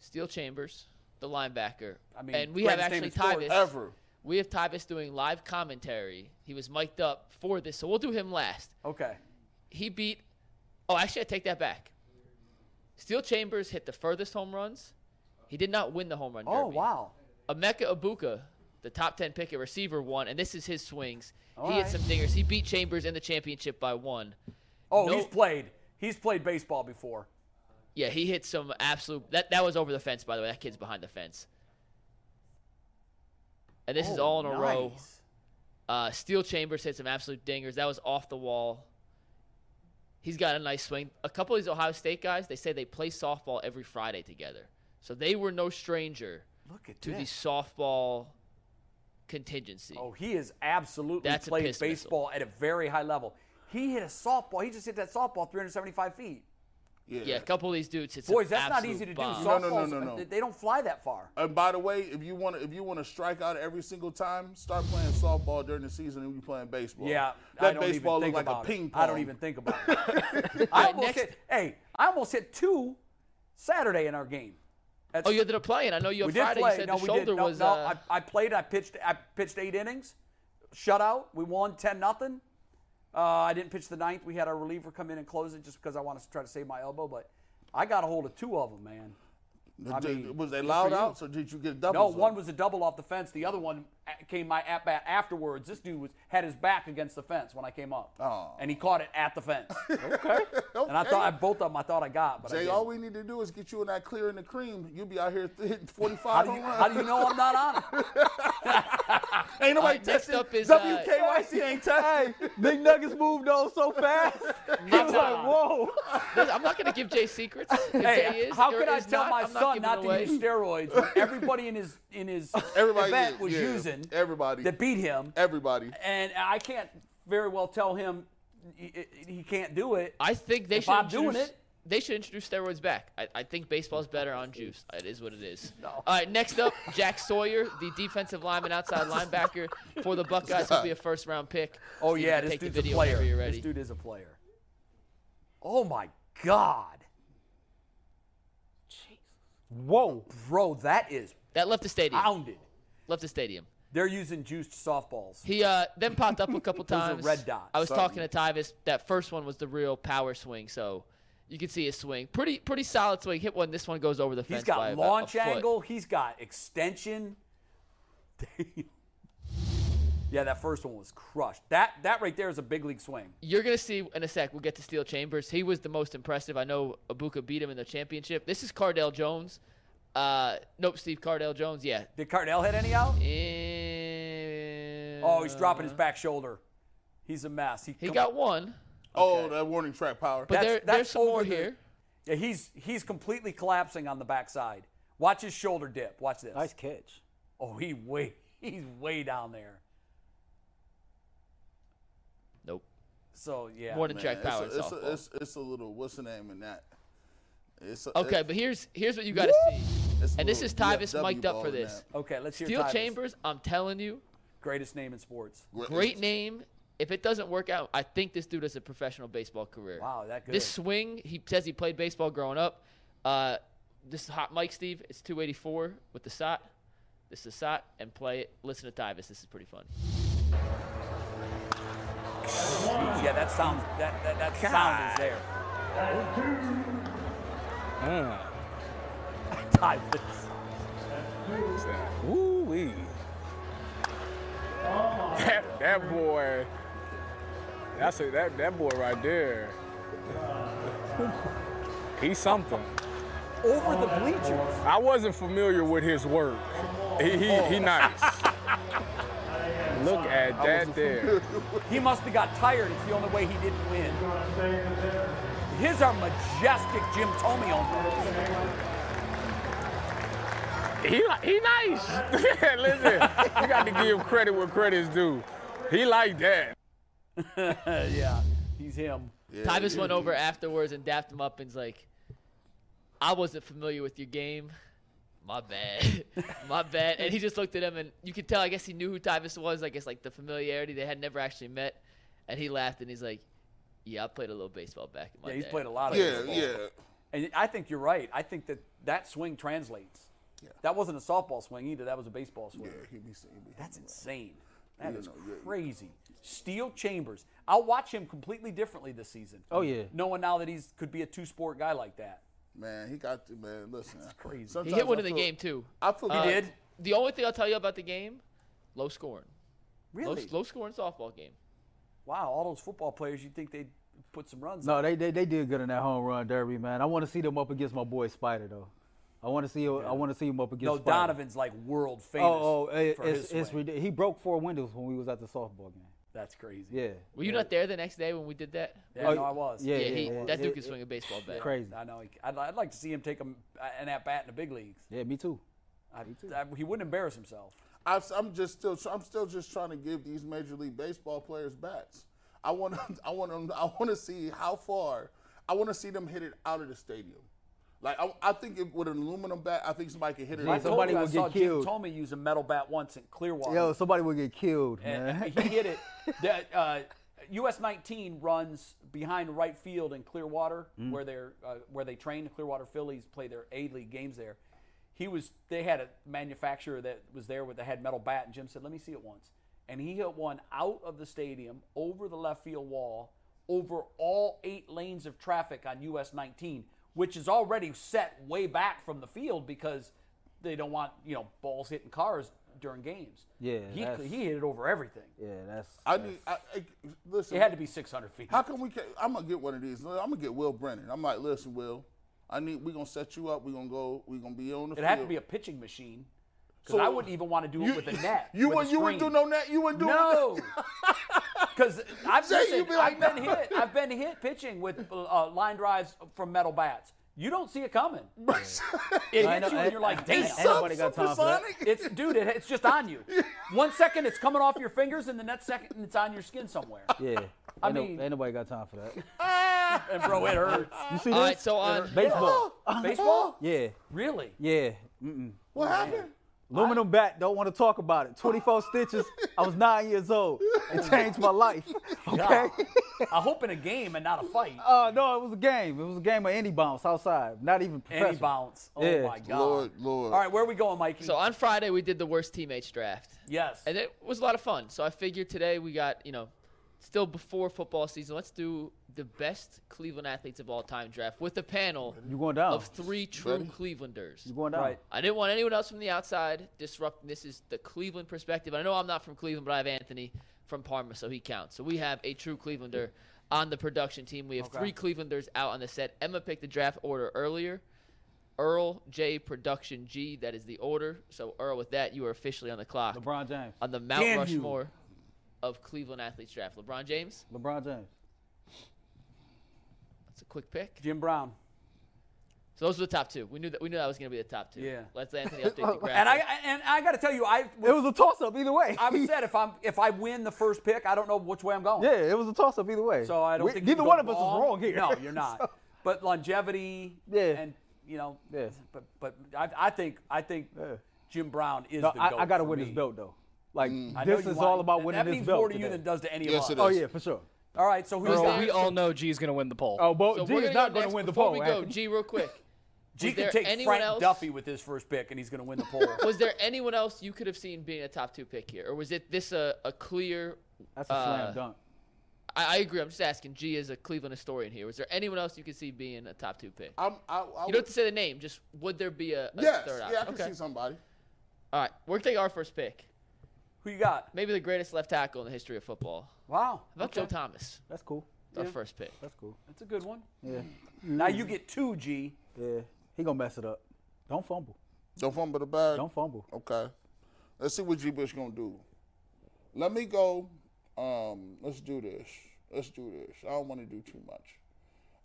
S3: Steel Chambers, the linebacker. I
S4: mean,
S3: and we have
S4: greatest
S3: actually
S4: name in sports
S3: Tyvis.
S5: ever.
S3: We have Tyvis doing live commentary. He was mic'd up for this, so we'll do him last
S4: okay
S3: he beat. Oh, actually, I take that back. Steel Chambers hit the furthest home runs. He did not win the home run.
S4: oh
S3: derby.
S4: wow
S3: Emeka Abuka, the top ten pick at receiver, won, and this is his swings. he
S4: right.
S3: hit some dingers. He beat Chambers in the championship by one.
S4: oh
S3: No-
S4: he's played he's played baseball before
S3: Yeah, he hit some absolute. That that was over the fence, by the way. That kid's behind the fence. And this is
S4: Oh,
S3: all in a row.
S4: nice.
S3: Uh, Steel Chambers hit some absolute dingers. That was off the wall. He's got a nice swing. A couple of these Ohio State guys, they say they play softball every Friday together. So they were no stranger
S4: look at
S3: to the
S4: this
S3: softball contingency.
S4: Oh, he is absolutely
S3: That's a
S4: played
S3: piss missile.
S4: baseball at a very high level. He hit a softball. He just hit that softball 375 feet.
S3: yeah, a couple of these dudes hit some
S4: Boys, that's not
S3: absolute
S4: easy to do.
S3: bombs.
S5: No,
S4: Softballs,
S5: no, no, no, no.
S4: They don't fly that far.
S5: And by the way, if you want to, if you want to strike out every single time, start playing softball during the season and you playing baseball.
S4: Yeah,
S5: that
S4: I don't
S5: baseball
S4: even think
S5: looked like
S4: about
S5: a
S4: it.
S5: ping pong.
S4: I don't even think about it. I almost
S3: next-
S4: hit. Hey, I almost hit two Saturday in our game. That's-
S3: Oh, you ended up playing. I know you on
S4: we did
S3: Friday
S4: play.
S3: you said
S4: no,
S3: the
S4: we
S3: shoulder
S4: did. No,
S3: was.
S4: no,
S3: uh,
S4: I, I played. I pitched. I pitched eight innings, shutout. We won ten nothing. Uh, I didn't pitch the ninth. We had our reliever come in and close it just because I wanted to try to save my elbow. But I got a hold of two of them, man. I
S5: Did-
S4: mean,
S5: was they
S4: good
S5: loud
S4: for you.
S5: outs or did you get doubles?
S4: No,
S5: up?
S4: one was a double off the fence. The other one a- came my at bat afterwards. This dude was had his back against the fence when I came up,
S5: Aw.
S4: and he caught it at the fence.
S5: Okay.
S4: And I thought I both of them I thought I got, but I
S5: Jay,
S4: didn't.
S5: all we need to do is get you in that clear in the cream. You'll be out here th- hitting 45
S4: how do, you,
S5: home runs.
S4: how do you know I'm not on it?
S5: Ain't nobody
S3: Alright, next
S5: testing.
S3: up is, uh,
S5: WKYC ain't testing.
S6: Hey, Big Nuggets moved on so fast. He was like, whoa.
S3: Listen, I'm not going to give Jay secrets. If Jay
S4: Hey,
S3: is,
S4: how
S3: there
S4: could I
S3: is
S4: tell
S3: not,
S4: my
S3: I'm
S4: son
S3: giving
S4: not
S3: it
S4: to
S3: away.
S4: use steroids? when Everybody in his in his
S5: Everybody
S4: event
S5: did,
S4: was
S5: yeah.
S4: using
S5: Everybody.
S4: that beat him,
S5: Everybody.
S4: and I can't very well tell him he, he can't do it.
S3: I think they
S4: If
S3: should
S4: I'm doing
S3: introduce,
S4: it-
S3: They should introduce steroids back. I, I think baseball's better on juice. It is what it is. All right, next up, Jack Sawyer, the defensive lineman, outside linebacker for the Buckeyes. He'll be a first round pick.
S4: Oh
S3: Steve,
S4: yeah,
S3: you can
S4: this
S3: take the
S4: dude's a
S3: video
S4: player.
S3: whenever You're ready.
S4: This dude is a player. Oh my god,
S6: Whoa.
S4: bro, that is
S3: that left the stadium.
S4: pounded.
S3: Left the stadium.
S4: They're using juiced softballs.
S3: He uh, then popped up a couple
S4: Those are
S3: times.
S4: red dots.
S3: I was talking to Tyvis. That first one was the real power swing, so you can see his swing. Pretty, pretty solid swing. Hit one. This one goes over the fence.
S4: He's
S3: by
S4: got
S3: about a
S4: launch
S3: foot.
S4: angle. He's got extension. yeah, that first one was crushed. That that right there is a big league swing.
S3: you're gonna see in a sec. We'll get to Steel Chambers. He was the most impressive. I know Abuka beat him in the championship. This is Cardell Jones, Uh, nope, Steve Cardell Jones. Yeah.
S4: Did Cardell hit any out?
S3: Eh,
S4: Oh, he's dropping his back shoulder. He's a mess. He,
S3: He
S4: com-
S3: got one,
S5: Oh, that warning track power.
S3: but
S4: That's-
S3: there,
S4: that's
S3: there's some more
S4: over the-
S3: here.
S4: Yeah, he's he's completely collapsing on the backside. Watch his shoulder dip. Watch this.
S6: Nice catch.
S4: Oh, he way he's way down there.
S3: Nope.
S4: So yeah.
S3: More than
S5: man.
S3: track
S5: It's a-
S3: power. in
S5: it's, a,
S3: softball.
S5: it's, it's a little what's the name in that? It's a,
S3: Okay,
S5: it's-
S3: but here's here's what you got to see.
S5: it's a
S3: And this
S5: little
S3: is Tyvus
S5: DFW
S3: mic'd up
S5: ball
S3: for
S5: in
S3: this.
S5: that.
S4: okay, let's hear
S3: Steel
S4: Tyvus.
S3: Chambers, I'm telling you,
S4: Greatest name in sports.
S5: Great-
S3: great name. If it doesn't work out, I think this dude has a professional baseball career.
S4: Wow, that good.
S3: This swing, he says he played baseball growing up. Uh, this is hot mic, Steve. It's 284 with the SOT. This is the SOT, and play it. Listen to Tyvus. This is pretty fun.
S4: yeah, that sounds that that, that sound is there. Tyvus.
S8: Woo wee. That, that boy. That's a, that that boy right there. He's something.
S4: Over the bleachers.
S8: I wasn't familiar with his work. He he,
S4: Oh.
S8: he nice. Look at that there.
S4: He must have got tired. It's the only way he didn't win. His are majestic Jim Tomey on
S8: He li- he nice. Listen, you got to give credit where credit is due. He like that.
S4: Yeah, he's him.
S5: Yeah,
S3: Tyvus
S5: yeah.
S3: went over afterwards and dapped him up and's like, I wasn't familiar with your game. My bad. My bad. And he just looked at him and you could tell, I guess he knew who Tyvus was. I guess like the familiarity they had never actually met. And he laughed and he's like, Yeah, I played a little baseball back in my
S4: Yeah, he's
S3: day."
S4: played a lot of
S5: Yeah,
S4: baseball.
S5: yeah.
S4: And I think you're right. I think that that swing translates. That wasn't a softball swing either. That was a baseball swing.
S5: Yeah, he be saying.
S4: That's insane. That is
S5: no, yeah, yeah.
S4: crazy. Steel Chambers. I'll watch him completely differently this season.
S6: Oh, yeah.
S4: Knowing now that he's could be a two sport guy like that.
S5: Man, he got to, man, listen. That's
S4: crazy. He hit
S3: He hit one in the Uh, game too.
S5: I feel
S4: He did.
S3: The only thing I'll tell you about the game, low scoring. Low,
S4: Really?
S3: low scoring softball game.
S4: Wow, all those football players, you'd think they'd put some runs
S6: No, they, they they did good in that home run derby, man. I want to see them up against my boy Spider though. I want to see I want to see him up against.
S4: No,
S6: Spider.
S4: Donovan's like world famous.
S6: Oh, oh, it-
S4: for
S6: it's,
S4: his
S6: it's
S4: swing.
S6: ridiculous. He broke four windows when we was at the softball game.
S4: That's crazy.
S6: Yeah. Oh,
S3: Were you not there the next day when we did that?
S4: Yeah, no, I was.
S6: Yeah,
S3: Yeah,
S6: yeah,
S3: he,
S6: yeah.
S3: that dude
S6: It-
S3: can swing a baseball bat.
S6: Crazy.
S4: I know. I'd, I'd like to see him take him an at bat in the big leagues.
S6: Yeah, me too.
S4: I, I, he wouldn't embarrass himself.
S5: i am just still. I'm still just trying to give these major league baseball players bats. I want. I want them. I want to see how far. I want to see them hit it out of the stadium. Like I, I think if, with an aluminum bat, I think somebody can hit it.
S6: Like
S5: out
S4: Told
S6: Somebody
S4: you I
S6: would get
S4: saw
S6: killed.
S4: Jim Tomey use a metal bat once in Clearwater.
S6: Yo, somebody would get killed,
S4: and
S6: man.
S4: he hit it. The, uh, US 19 runs behind right field in Clearwater,
S6: Mm.
S4: where they're uh, where they train. The Clearwater Phillies play their A League games there. He was. They had a manufacturer that was there with a had metal bat, and Jim said, "Let me see it once." And he hit one out of the stadium, over the left field wall, over all eight lanes of traffic on US 19, which is already set way back from the field because they don't want you know balls hitting cars during games.
S6: Yeah,
S4: he,
S6: that's-
S4: he hit it over everything.
S6: yeah, that's.
S5: I need. I, I, listen.
S4: It had to be 600 feet.
S5: How come we can't? I'm gonna get one of these. I'm gonna get Will Brennan. I'm like, listen, Will. I need. We gonna set you up. We gonna go. We gonna be on the.
S4: it
S5: field.
S4: had to be a pitching machine. Because I wouldn't even want to do it with a net.
S5: You
S4: with
S5: wouldn't. You wouldn't do
S4: screen.
S5: no net. You wouldn't do
S4: No. Because I've,
S5: Jay,
S4: listen,
S5: you be like,
S4: I've been
S5: no.
S4: hit. I've been hit pitching with uh, line drives from metal bats. You don't see it coming. It
S6: I
S4: hits you
S6: know,
S4: and
S6: I-
S4: you're like,
S6: I-
S4: damn.
S6: Ain't nobody got time for that.
S5: supersonic.
S4: It's dude, it, it's just on you. One second it's coming off your fingers, and the next second it's on your skin somewhere.
S6: Yeah.
S4: I
S6: ain't, no-
S4: mean-
S6: ain't nobody got time for that. You
S4: And bro, it hurts.
S6: see
S3: All
S6: this?
S3: right, so on
S6: Baseball.
S4: Baseball?
S6: Yeah,
S4: Really?
S6: yeah.
S5: What happened?
S6: Aluminum bat. Don't want to talk about it. 24 stitches. I was nine years old. It changed my life. Okay.
S4: I hope in a game and not a fight.
S6: Uh, no, it was a game. It was a game of any bounce outside. Not even professional.
S4: Any bounce. Oh
S6: Yeah.
S4: my God.
S5: Lord, Lord.
S4: All right, where are we going, Mikey?
S3: So on Friday we did the worst teammates draft.
S4: yes.
S3: And it was a lot of fun. So I figured today we got, you know, still before football season, let's do the best Cleveland athletes of all time draft with a panel
S6: You going down?
S3: of three true Clevelanders.
S6: you going down?
S4: Right.
S3: I didn't want anyone else from the outside disrupting. This is the Cleveland perspective. I know I'm not from Cleveland, but I have Anthony from Parma, so he counts. So we have a true Clevelander on the production team. We have three Clevelanders out on the set. Emma picked the draft order earlier. Earl J Production G. That is the order. So Earl, with that, you are officially on the clock
S6: LeBron James.
S3: on the Mount
S4: Damn you.
S3: Rushmore of Cleveland athletes draft. LeBron James.
S6: LeBron James.
S3: That's a quick pick.
S4: Jim Brown.
S3: So those were the top two. We knew that we knew that was going to be the top two.
S4: Yeah.
S3: Let's Anthony update the graphic.
S4: And I I- and I got to tell you, I
S6: It was a toss up either way.
S4: I said if I'm if I win the first pick, I don't know which way I'm going.
S6: yeah, it was a toss up either way.
S4: So I don't
S6: We-
S4: think you
S6: neither
S4: can
S6: one
S4: go
S6: of us is wrong here.
S4: No, you're not. But longevity.
S6: Yeah.
S4: And you know.
S6: Yeah.
S4: But but I, I think I think
S6: Yeah.
S4: Jim Brown is
S6: No,
S4: the.
S6: I, I
S4: goat
S6: gotta
S4: for
S6: win
S4: me. Mm.
S6: this belt though. Like
S4: I know
S6: this
S4: you
S6: is
S4: want-
S6: all about
S4: that-
S6: winning
S4: That
S6: this
S4: means
S6: belt.
S4: more to you
S6: today.
S4: than does to any of us.
S5: Yes, it
S6: Oh
S5: is.
S6: yeah, for sure.
S4: All right. So who's
S3: Earl,
S4: that?
S3: we
S9: We all know G's going to win the poll.
S6: Oh, but
S3: so
S6: G
S3: we're
S6: is
S3: gonna
S6: not
S3: go
S6: going
S3: next.
S6: to win the
S3: Before
S6: poll.
S3: we go,
S6: Anthony.
S3: G, real quick.
S4: G
S3: was
S4: can
S3: there
S4: take
S3: anyone
S4: Frank
S3: else?
S4: Duffy with his first pick, and he's going to win the poll.
S3: Was there anyone else you could have seen being a top two pick here, or was it this a, a clear?
S6: That's a
S3: uh,
S6: slam dunk.
S3: I, I agree. I'm just asking. G is a Cleveland historian here. Was there anyone else you could see being a top two pick?
S5: I'm, I, I
S3: you
S5: would-
S3: don't have to say the name. Just would there be a, a
S5: yes,
S3: third option?
S5: yeah, I can
S3: okay.
S5: see somebody.
S3: All right, we're taking our first pick.
S4: Who you got?
S3: Maybe the greatest left tackle in the history of football.
S4: Wow.
S3: How about
S4: okay.
S3: Joe Thomas?
S6: That's cool.
S3: It's Our first pick.
S6: That's cool.
S4: That's a good one.
S6: Yeah,
S4: Now you get two G.
S6: yeah. He gonna mess it up. Don't fumble.
S5: Don't fumble the bag.
S6: Don't fumble.
S5: Okay. Let's see what G Bush gonna do. Let me go. Um, let's do this. Let's do this. I don't want to do too much.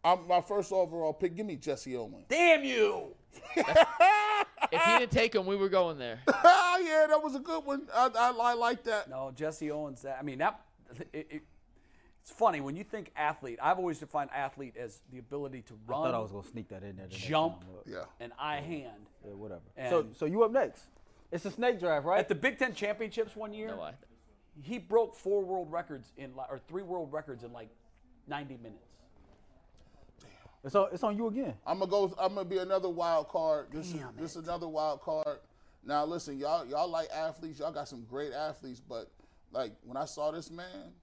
S5: I'm my first overall pick. Give me Jesse Owens.
S4: Damn you!
S3: If he didn't take him, we were going there.
S5: Ah, yeah, that was a good one. I, I, I like that.
S4: No, Jesse Owens. That I mean that. It, it, it's funny when you think athlete. I've always defined athlete as the ability to run.
S6: I thought I was gonna sneak that in there. the next
S4: jump.
S6: time, but-
S5: Yeah.
S4: and I hand.
S6: yeah, whatever.
S4: And-
S6: so, so you up next? It's a snake drive, right?
S4: At the Big Ten championships one year,
S3: No, I-
S4: he broke four world records in li- or three world records in like 90 minutes.
S6: it's on. It's on you again.
S5: I'm gonna go. I'm gonna be another wild card. This is this another wild card. Now listen, y'all y'all like athletes. Y'all got some great athletes, but like when I saw this man,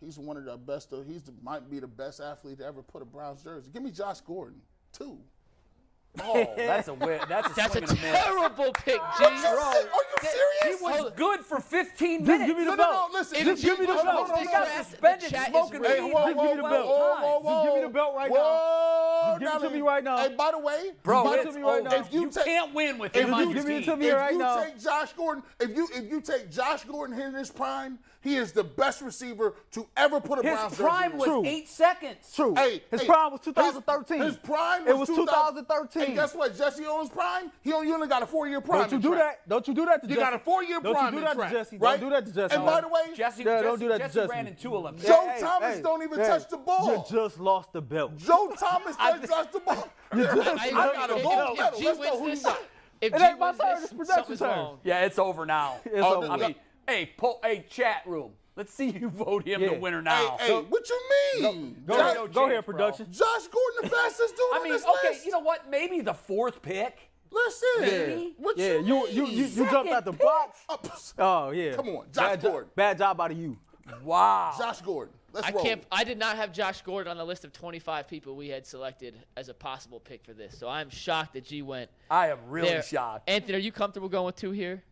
S5: he's one of the best. Of, he's the, might be the best athlete to ever put a Browns jersey. Give me Josh Gordon too.
S4: Oh, that's a win. That's a
S3: That's a
S4: swing and a miss.
S3: terrible pick, G.
S5: Are you
S4: He
S5: serious?
S4: was good for 15 minutes.
S6: Just give me
S5: No,
S6: the
S5: no,
S6: belt.
S5: no, listen.
S3: If
S5: Just
S3: you
S5: give me the
S3: push
S5: belt.
S3: those
S5: No, no,
S3: big
S5: no,
S3: guys-
S5: no.
S4: suspended
S3: chat is
S4: smoking
S3: real.
S4: weed
S5: Hey, whoa, whoa,
S6: Just give me the
S5: whoa,
S6: belt.
S5: whoa, whoa, whoa.
S6: Just give me the belt right now.
S5: Whoa,
S6: Just give it to
S5: Nelly.
S6: me right now.
S5: Hey, by the way,
S4: Bro,
S5: by
S4: it's
S5: the way,
S4: over.
S5: if you,
S4: You
S5: take-
S4: can't win with
S5: if
S4: him
S5: you-
S4: on
S5: give
S4: your
S5: me
S6: it
S4: team.
S6: to me.
S5: if
S6: right
S5: you
S6: now.
S5: take Josh Gordon, if you if you take Josh Gordon here in his prime, he is the best receiver to ever put a Browns
S4: His
S5: jersey
S4: prime
S5: on.
S4: was
S6: True.
S4: eight seconds.
S6: True.
S5: Hey,
S6: his
S5: hey,
S6: prime was 2013.
S5: His, his prime was
S6: It was 2013.
S5: And guess what? Jesse Owens' prime. He only, you only got a four-year prime.
S6: Don't you
S5: in
S6: do
S5: track.
S6: that? Don't you do that to
S5: You
S6: Jesse?
S5: got a four-year
S6: Don't
S5: prime.
S6: you do
S5: in
S6: that to
S5: track,
S6: Jesse?
S5: Right?
S6: Don't do that to Jesse.
S5: And by the way,
S4: Jesse,
S6: Yeah,
S4: Jesse,
S6: don't do that to
S4: Jesse
S6: Jesse.
S4: ran in two Olympics.
S5: Joe Thomas don't even touch the ball.
S6: You just lost the belt.
S5: Joe Thomas touched Josh the ball.
S3: I,
S5: I got a
S3: agree.
S5: gold
S3: If,
S5: medal.
S3: if G
S5: Let's go.
S3: wins
S5: Who you
S3: this,
S5: got?
S3: if
S6: It
S3: G
S6: ain't my
S3: wins
S6: turn,
S3: this,
S6: it's production
S3: something's
S6: turn.
S3: wrong.
S4: Yeah, it's over now.
S6: It's
S5: Oh,
S6: over
S5: no,
S4: I
S6: with.
S5: no.
S4: mean, hey, poll, hey, chat room. Let's see you vote him the
S6: Yeah.
S4: winner
S5: Hey,
S4: now.
S5: hey, what you mean?
S6: Go,
S4: There
S5: Josh,
S4: ain't no
S6: ahead, go
S4: change,
S6: here,
S4: bro.
S6: production.
S5: Josh Gordon, the fastest dude
S4: I
S5: on
S4: mean,
S5: this
S4: okay,
S5: list.
S4: you know what? Maybe the fourth pick.
S5: Listen.
S4: Yeah.
S5: What
S6: Yeah, you you you, you
S5: mean?
S6: jumped out the box.
S5: Oh, pfft.
S6: Oh yeah.
S5: Come on, Josh
S6: bad jo-
S5: Gordon.
S6: bad job out of you.
S4: Wow.
S5: Josh Gordon. Let's
S3: I
S5: roll.
S3: can't. I did not have Josh Gordon on the list of 25 people we had selected as a possible pick for this. So I'm shocked that G went
S4: I am really
S3: there.
S4: shocked.
S3: Anthony, are you comfortable going with two here?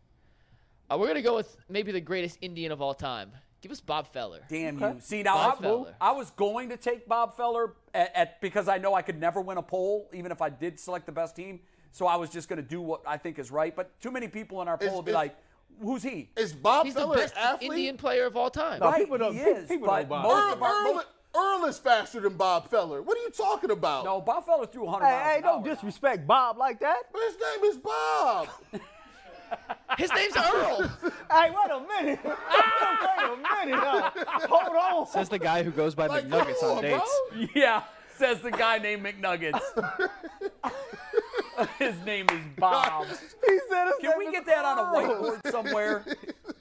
S3: Uh, we're gonna go with maybe the greatest Indian of all time. Give us Bob Feller.
S4: Damn you. See, now
S3: Bob
S4: I,
S3: Feller.
S4: I was going to take Bob Feller at, at, because I know I could never win a poll, even if I did select the best team. So I was just going to do what I think is right. But too many people in our poll
S5: It's-
S4: will be
S5: it's-
S4: like, who's he?
S5: Is Bob
S3: He's the
S5: Feller an
S3: best
S5: athlete?
S3: Indian player of all time.
S6: No,
S4: Right,
S6: people don't.
S4: he
S6: pe-
S4: is,
S6: people
S4: but
S6: don't buy.
S4: most-
S6: it.
S5: Earl, Earl, Earl is faster than Bob Feller. What are you talking about?
S4: No, Bob Feller threw 100
S6: Hey,
S4: miles
S6: hey,
S4: an
S6: don't
S4: hour now.
S6: disrespect Bob like that.
S5: But His name is Bob.
S3: His name's Earl.
S6: Hey, wait a minute. wait a minute. now. Hold on.
S9: That's the guy who goes by
S5: Like, come
S9: McNuggets on
S5: on, bro.
S9: dates.
S4: Yeah, says the guy named McNuggets. His name is Bob.
S6: He said his
S4: Can
S6: name
S4: we
S6: is
S4: get that on a
S6: Earl.
S4: whiteboard somewhere?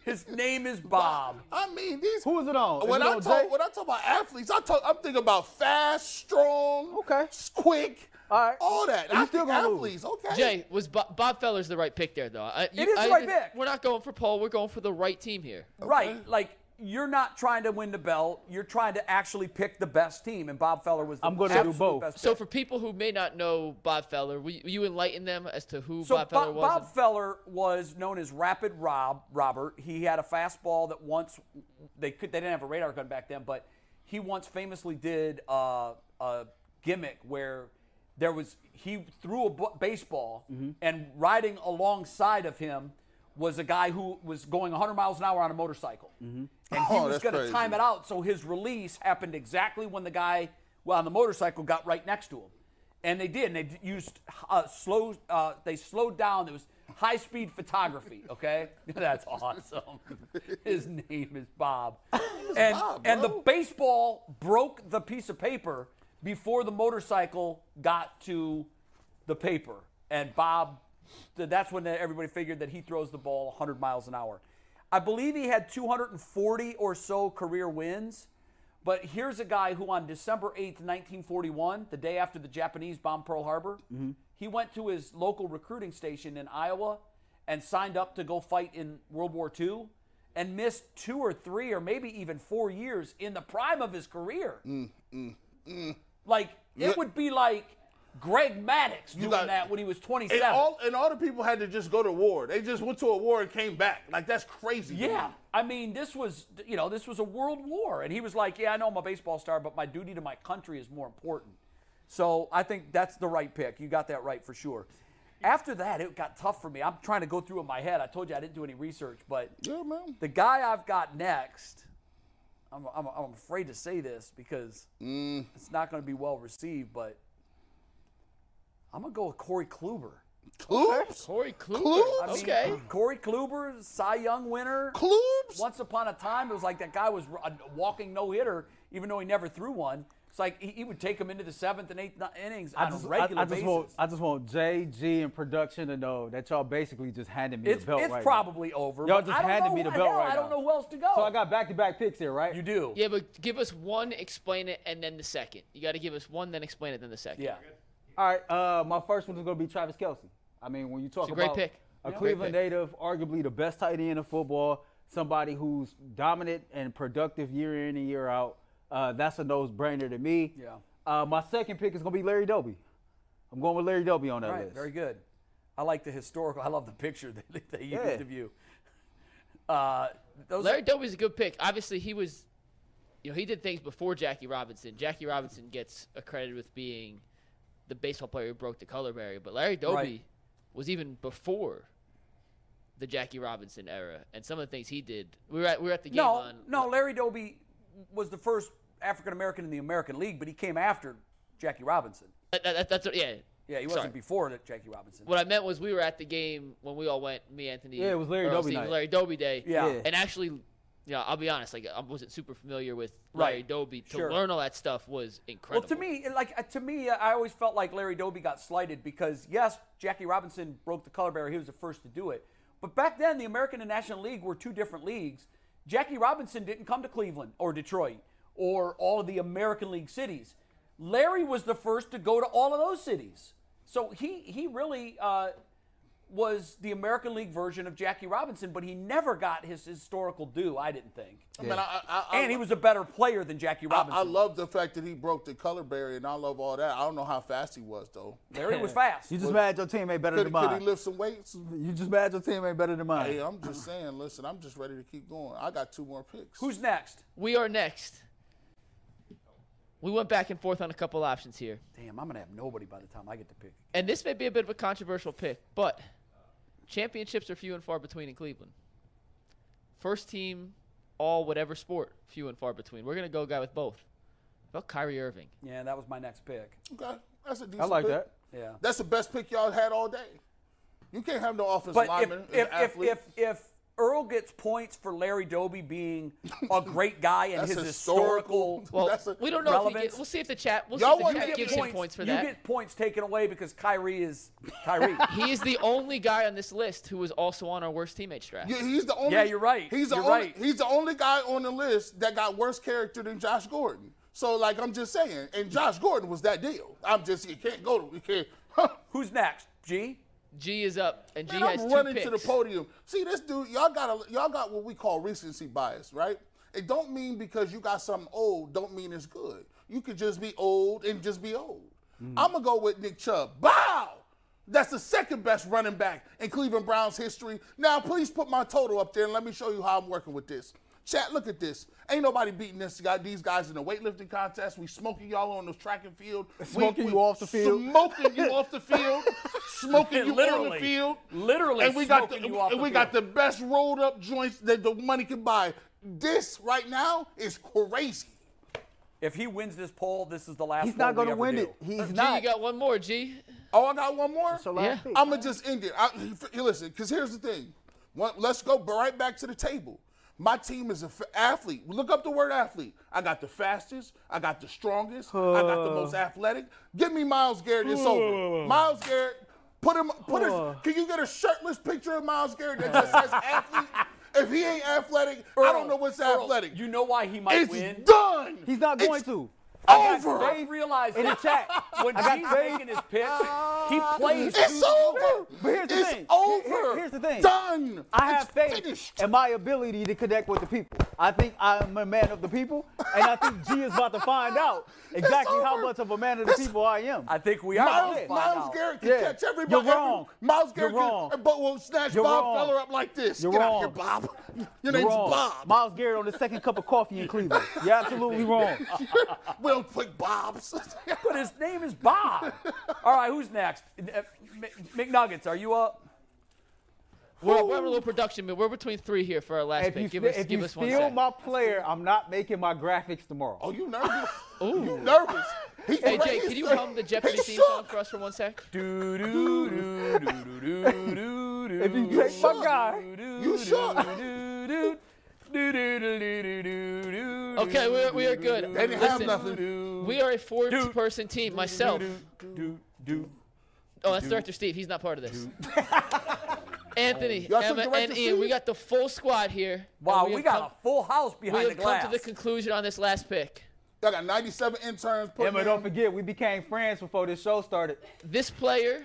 S4: His name is Bob.
S5: I mean, these.
S6: Who is it on? Is
S5: When
S6: it
S5: I
S6: on Jay?
S5: talk, when I talk about athletes, I talk. I'm thinking about fast, strong,
S6: Okay.
S5: s- quick,
S6: All right.
S5: all that.
S6: You
S5: I
S6: still
S5: think
S6: gonna lose.
S5: athletes. Okay.
S3: Jay, was Bo- Bob Feller's the right pick there, though? I, you-
S4: It is the
S3: I
S4: right
S3: didn't-
S4: pick.
S3: We're not going for Paul. We're going for the right team here.
S4: Right, like you're not trying to win the belt. You're trying to actually pick the best team, and Bob Feller was. The
S6: I'm gonna do
S4: absolute
S6: both.
S4: Best
S3: So
S4: pick.
S3: for people who may not know Bob Feller, will you, will you enlighten them as to who
S4: So
S3: Bob Feller
S4: Bob,
S3: was?
S4: Bob Feller was known as Rapid Rob Robert. He had a fastball that once they could they didn't have a radar gun back then, but he once famously did uh, a gimmick where There was he threw a b- baseball,
S6: Mm-hmm.
S4: and riding alongside of him was a guy who was going 100 miles an hour on a motorcycle,
S6: Mm-hmm.
S4: and he
S5: Oh,
S4: was
S5: that's
S4: going to
S5: crazy.
S4: time it out. So his release happened exactly when the guy well, on the motorcycle got right next to him, and they did. And they d- used uh, slow. Uh, they slowed down. It was high speed photography. Okay, that's awesome. His name is Bob, and
S5: Bob,
S4: and the
S5: bro.
S4: baseball broke the piece of paper before the motorcycle got to the paper. And Bob, th- that's when everybody figured that he throws the ball 100 miles an hour. I believe he had 240 or so career wins. But here's a guy who, on December 8th, 1941, the day after the Japanese bombed Pearl Harbor, he went to his local recruiting station in Iowa and signed up to go fight in World War II and missed two or three or maybe even four years in the prime of his career. Like, it would be like Greg Maddox doing
S5: got-
S4: that when he was 27.
S5: And all and all the people had to just go to war. They just went to a war and came back. Like that's crazy. to
S4: Yeah,
S5: me.
S4: I mean, this was you know this was a world war, and he was like, "Yeah, I know I'm a baseball star, but my duty to my country is more important." So I think that's the right pick. You got that right for sure. After that, it got tough for me. I'm trying to go through in my head. I told you I didn't do any research, but
S5: Yeah, man.
S4: the guy I've got next, I'm, I'm, I'm afraid to say this because
S6: Mm.
S4: it's not going to be well received, but I'm going to go with Corey Kluber.
S5: Clubs.
S3: Corey Kluber.
S5: Kluber?
S4: I mean,
S3: Okay.
S4: Corey Kluber, Cy Young winner.
S5: Clubs.
S4: Once upon a time, it was like that guy was a walking no hitter, even though he never threw one. It's like he, he would take him into the seventh and eighth ni- innings on
S6: I just,
S4: a
S6: I-
S4: regular
S6: I, just
S4: basis.
S6: want I just want J, G, and production to know that y'all basically just handed me
S4: it's
S6: the belt
S4: it's
S6: right now.
S4: probably over.
S6: Y'all
S4: but
S6: just
S4: I don't
S6: handed
S4: know
S6: me the
S4: who-
S6: belt
S4: hell,
S6: right
S4: I don't
S6: now.
S4: know who else to go.
S6: So I got back-to-back picks here, right?
S4: you do.
S3: Yeah, but give us one, explain it, and then the second. You got to give us one, then explain it, then the second.
S4: Yeah.
S6: All right, uh, my first one is going to be Travis Kelsey. I mean, when you talk
S3: a great
S6: about
S3: pick.
S6: a
S3: Great
S6: Cleveland
S3: pick.
S6: native, arguably the best tight end in football, somebody who's dominant and productive year in and year out, uh, that's a nose-brainer to me.
S4: Yeah.
S6: Uh, my second pick is going to be Larry Doby. I'm going with Larry Doby on that
S4: All right.
S6: list.
S4: Very good. I like the historical. I love the picture that they, they used
S6: Yeah.
S4: of you. Uh, those
S3: Larry Doby's a good pick. Obviously, he was, you know, he did things before Jackie Robinson. Jackie Robinson gets accredited with being the baseball player who broke the color barrier, but Larry Doby
S4: Right.
S3: was even before the Jackie Robinson era, and some of the things he did. We were at, we were at the game
S4: no,
S3: on
S4: no. Larry Doby was the first African American in the American League, but he came after Jackie Robinson.
S3: That, that- that's what, yeah.
S4: Yeah, he
S3: Sorry.
S4: wasn't before that Jackie Robinson.
S3: What I meant was we were at the game when we all went. Me, Anthony.
S6: Yeah, it was Larry
S3: Earl,
S6: Doby
S3: Steve,
S6: night.
S3: Larry Doby day.
S4: Yeah.
S6: Yeah.
S3: And actually, you know, I'll be honest. Like I wasn't super familiar with
S4: Right.
S3: Larry Doby. To
S4: Sure.
S3: learn all that stuff was
S4: Well,
S3: incredible.
S4: to me, it- like uh, to me, I always felt like Larry Doby got slighted because yes, Jackie Robinson broke the color barrier; he was the first to do it. But back then, the American and National League were two different leagues. Jackie Robinson didn't come to Cleveland or Detroit or all of the American League cities. Larry was the first to go to all of those cities, so he he really uh, was the American League version of Jackie Robinson. But he never got his historical due, I didn't think.
S5: Man, I, I, I,
S4: And he was a better player than Jackie
S5: I,
S4: Robinson.
S5: I love the fact that he broke the color barrier, and I love all that. I don't know how fast he was though.
S4: Larry was fast.
S6: You just mad your team ain't better
S5: Could,
S6: than
S5: could
S6: mine.
S5: he lift some weights?
S6: you just mad your team ain't better than mine.
S5: Hey, I'm just saying. Listen, I'm just ready to keep going. I got two more picks.
S4: Who's next?
S3: we are next. We went back and forth on a couple options here,
S4: Damn, I'm gonna have nobody by the time I get to pick.
S3: and this may be a bit of a controversial pick, but championships are few and far between in Cleveland. First team, all whatever sport, few and far between. We're gonna go guy with both. How About Kyrie Irving.
S4: Yeah, that was my next pick.
S5: Okay, that's a decent.
S6: I like
S5: pick.
S6: that.
S4: Yeah.
S5: That's the best pick y'all had all day. You can't have no offensive
S4: But if
S5: lineman. as
S4: if,
S5: an
S4: if
S5: athlete.
S4: if if Earl gets points for Larry Doby being a great guy and
S5: That's
S4: his
S5: historical.
S4: historical,
S3: Well,
S5: That's a-
S3: we don't know. If he
S4: relevance.
S3: get, we'll see if the chat. We'll
S5: Y'all
S3: see if
S5: wanna
S3: the chat
S5: get
S3: gives
S5: points,
S3: him points for
S4: you
S3: that.
S4: get points taken away because Kyrie is Kyrie.
S3: He is the only guy on this list who was also on our worst teammates draft.
S5: Yeah, he's the only.
S4: Yeah, you're right.
S5: He's the
S4: You're
S5: only.
S4: right.
S5: He's the only guy on the list that got worse character than Josh Gordon. So like, I'm just saying, and Josh Gordon was that deal. I'm just, you can't go to, you can't.
S4: Who's next? G.
S3: G is up, and G
S5: Man,
S3: has
S5: I'm
S3: two
S5: running
S3: picks.
S5: to the podium. See, this dude, y'all got a, y'all got what we call recency bias, right? It don't mean because you got something old, don't mean it's good. You could just be old and just be old.
S3: Hmm.
S5: I'm gonna go with Nick Chubb. Bow. That's the second best running back in Cleveland Browns history. Now, please put my total up there and let me show you how I'm working with this. Chat, look at this. Ain't nobody beating this guy, these guys in the weightlifting contest. We smoking y'all on the track and field. We-
S6: Smoking
S5: we-
S6: you off the field.
S5: Smoking you off the field. Smoking you on the
S2: literally.
S5: field.
S4: Literally
S5: And we got the,
S4: smoking you off
S5: and
S4: the
S5: we got the
S4: field.
S5: best rolled up joints that the money can buy. This right now is crazy.
S4: If he wins this poll, this is the last.
S6: He's not
S4: going to
S6: win
S4: do.
S6: it. He's
S3: G,
S6: not.
S3: you got one more, G.
S5: Oh, I got one more.
S6: It's your last
S3: Yeah.
S6: pick.
S5: I'm gonna just end it. I, f- listen, because here's the thing. One, let's go b- right back to the table. My team is an athlete. Look up the word athlete. I got the fastest. I got the strongest. I got the most athletic. Give me Miles Garrett. It's over. Miles Garrett. Put him. Put his. Can you get a shirtless picture of Miles Garrett that just says athlete? If he ain't athletic, I don't know what's
S4: Earl,
S5: athletic.
S4: You know why he might
S5: it's
S4: win?
S5: done.
S6: He's not
S5: It's
S6: going to.
S5: Over.
S4: I realize
S6: In the
S4: that
S6: chat.
S4: when
S6: I got
S4: G's
S6: faith.
S4: making his picks, he plays.
S5: It's over.
S6: But here's the
S5: it's
S6: thing.
S5: over.
S6: Here- here- here's the thing.
S5: Done.
S6: I have
S5: It's
S6: faith
S5: Finished.
S6: in my ability to connect with the people. I think I'm a man of the people, and I think G is about to find out
S5: It's
S6: exactly how
S5: over.
S6: much of a man of the
S5: It's-
S6: people I am.
S4: I think we are.
S5: Miles,
S4: gonna find
S5: Miles
S4: out.
S5: Garrett can
S6: Yeah.
S5: catch everybody.
S6: You're wrong.
S5: Every, Miles Garrett
S6: You're
S5: can,
S6: wrong.
S5: but will snatch
S6: You're
S5: Bob
S6: wrong.
S5: Feller up like this.
S6: You're
S5: Get out
S6: wrong.
S5: here, Bob. Your
S6: You're
S5: name's
S6: wrong.
S5: Bob.
S6: Miles Garrett on the second cup of coffee in Cleveland. You're absolutely wrong.
S5: we don't put Bob's.
S4: But his name is Bob. All right, who's next? Uh, M- McNuggets, are you up?
S3: We're, we're having a little production, but we're between three here for our last
S6: If you,
S3: pick. Give
S6: ste-
S3: us,
S6: if
S3: give
S6: you
S3: us one
S6: steal
S3: sec.
S6: my player, I'm not making my graphics tomorrow.
S5: oh, you nervous? You nervous? He
S3: Hey, Jay,
S5: raised
S3: can you
S5: her.
S3: hum the Jeopardy
S5: He
S3: theme
S5: shook.
S3: song for us for one sec?
S4: Do do do do do do do.
S6: If you take my guy,
S5: You shook.
S3: Okay, we are, we are good.
S5: They didn't have
S3: Listen,
S5: nothing.
S3: we are a four-person team. Myself. Oh, that's Director Steve. He's not part of this. Anthony,
S5: Y'all took
S3: Emma,
S5: Director
S3: and Ian,
S5: Steve?
S3: we got the full squad here.
S4: Wow,
S3: and
S4: we
S3: have
S4: got
S3: come-
S4: a full house
S3: We
S4: behind the
S3: have come
S4: glass.
S3: to the conclusion on this last pick.
S5: I got 97 interns. putting
S6: Emma,
S5: in.
S6: don't forget we became friends before this show started.
S3: This player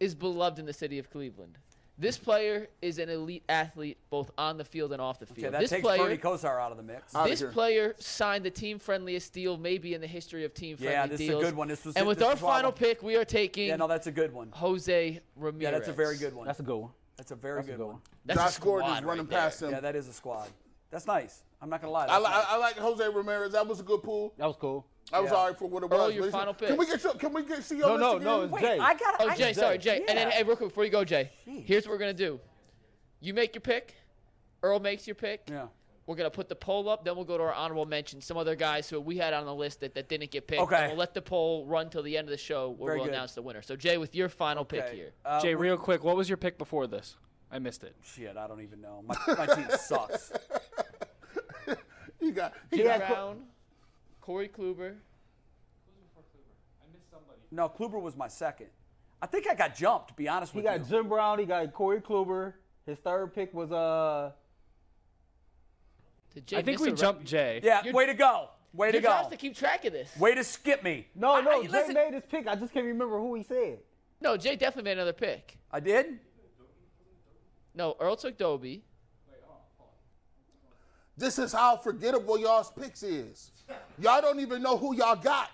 S3: is beloved in the city of Cleveland. This player is an elite athlete, both on the field and off the field.
S4: okay, that
S3: this
S4: takes
S3: player,
S4: Bernie Kosar out of the mix.
S5: Outta
S3: this
S5: here.
S3: player signed the team friendliest deal maybe in the history of team friendly
S4: Yeah, this is a
S3: deals.
S4: good one. This was
S3: and
S4: it.
S3: with
S4: This
S3: our
S4: is why I
S3: final
S4: love-
S3: pick, we are taking
S4: Yeah, no, that's a good one.
S3: Jose Ramirez.
S4: Yeah, that's a very good one.
S6: That's a good one.
S4: That's a very good,
S6: good
S4: one.
S6: one.
S3: That's a
S5: Josh Gordon is
S3: squad
S5: running
S3: right there.
S5: past him.
S4: Yeah, that is a squad. That's nice. I'm not gonna lie.
S5: I,
S4: That's
S5: li-
S4: nice.
S5: I like Jose Ramirez. That was a good pool.
S6: That was cool.
S5: I was
S4: Yeah.
S5: alright for what it
S3: Earl,
S5: was.
S3: your
S5: but it's-
S3: final pick.
S5: Can we get your, can we get see your
S6: No,
S5: list
S6: no,
S5: again?
S6: no. It's
S4: Wait,
S6: Jay.
S4: I got.
S3: Oh, Jay, sorry, Jay. And then,
S4: Yeah.
S3: hey, real quick before you go, Jay, here's what we're gonna do. You make your pick. Earl makes your pick.
S4: Yeah.
S3: We're gonna put the poll up. Then we'll go to our honorable mentions. Some other guys who we had on the list that, that didn't get picked.
S4: Okay.
S3: And we'll let the poll run till the end of the show where
S4: Very
S3: we'll
S4: good.
S3: announce the winner. So Jay, with your final pick
S4: Okay,
S3: here.
S4: uh,
S9: Jay,
S4: we-
S9: real quick, what was your pick before this? I missed it.
S4: Shit, I don't even know. My, my team sucks.
S5: You got. He
S3: Jay
S5: got
S3: Brown, Corey Kluber.
S4: No, Kluber was my second. I think I got jumped. To be honest
S6: He
S4: with
S6: got
S4: you.
S6: Jim Brown. He got Corey Kluber. His third pick was uh.
S3: Did Jay
S9: I think
S3: miss
S9: we
S3: a ra-
S9: jumped Jay.
S4: yeah,
S3: You're-
S4: way to go. Way to
S3: You're
S4: go.
S3: to keep track of this.
S4: Way to skip me.
S6: No, no.
S4: I-
S6: Jay
S4: listen-
S6: made his pick. I just can't remember who he said.
S3: No, Jay definitely made another pick.
S4: I did.
S3: No, Earl took Dobie.
S5: This is how forgettable y'all's picks is. Y'all don't even know who y'all got.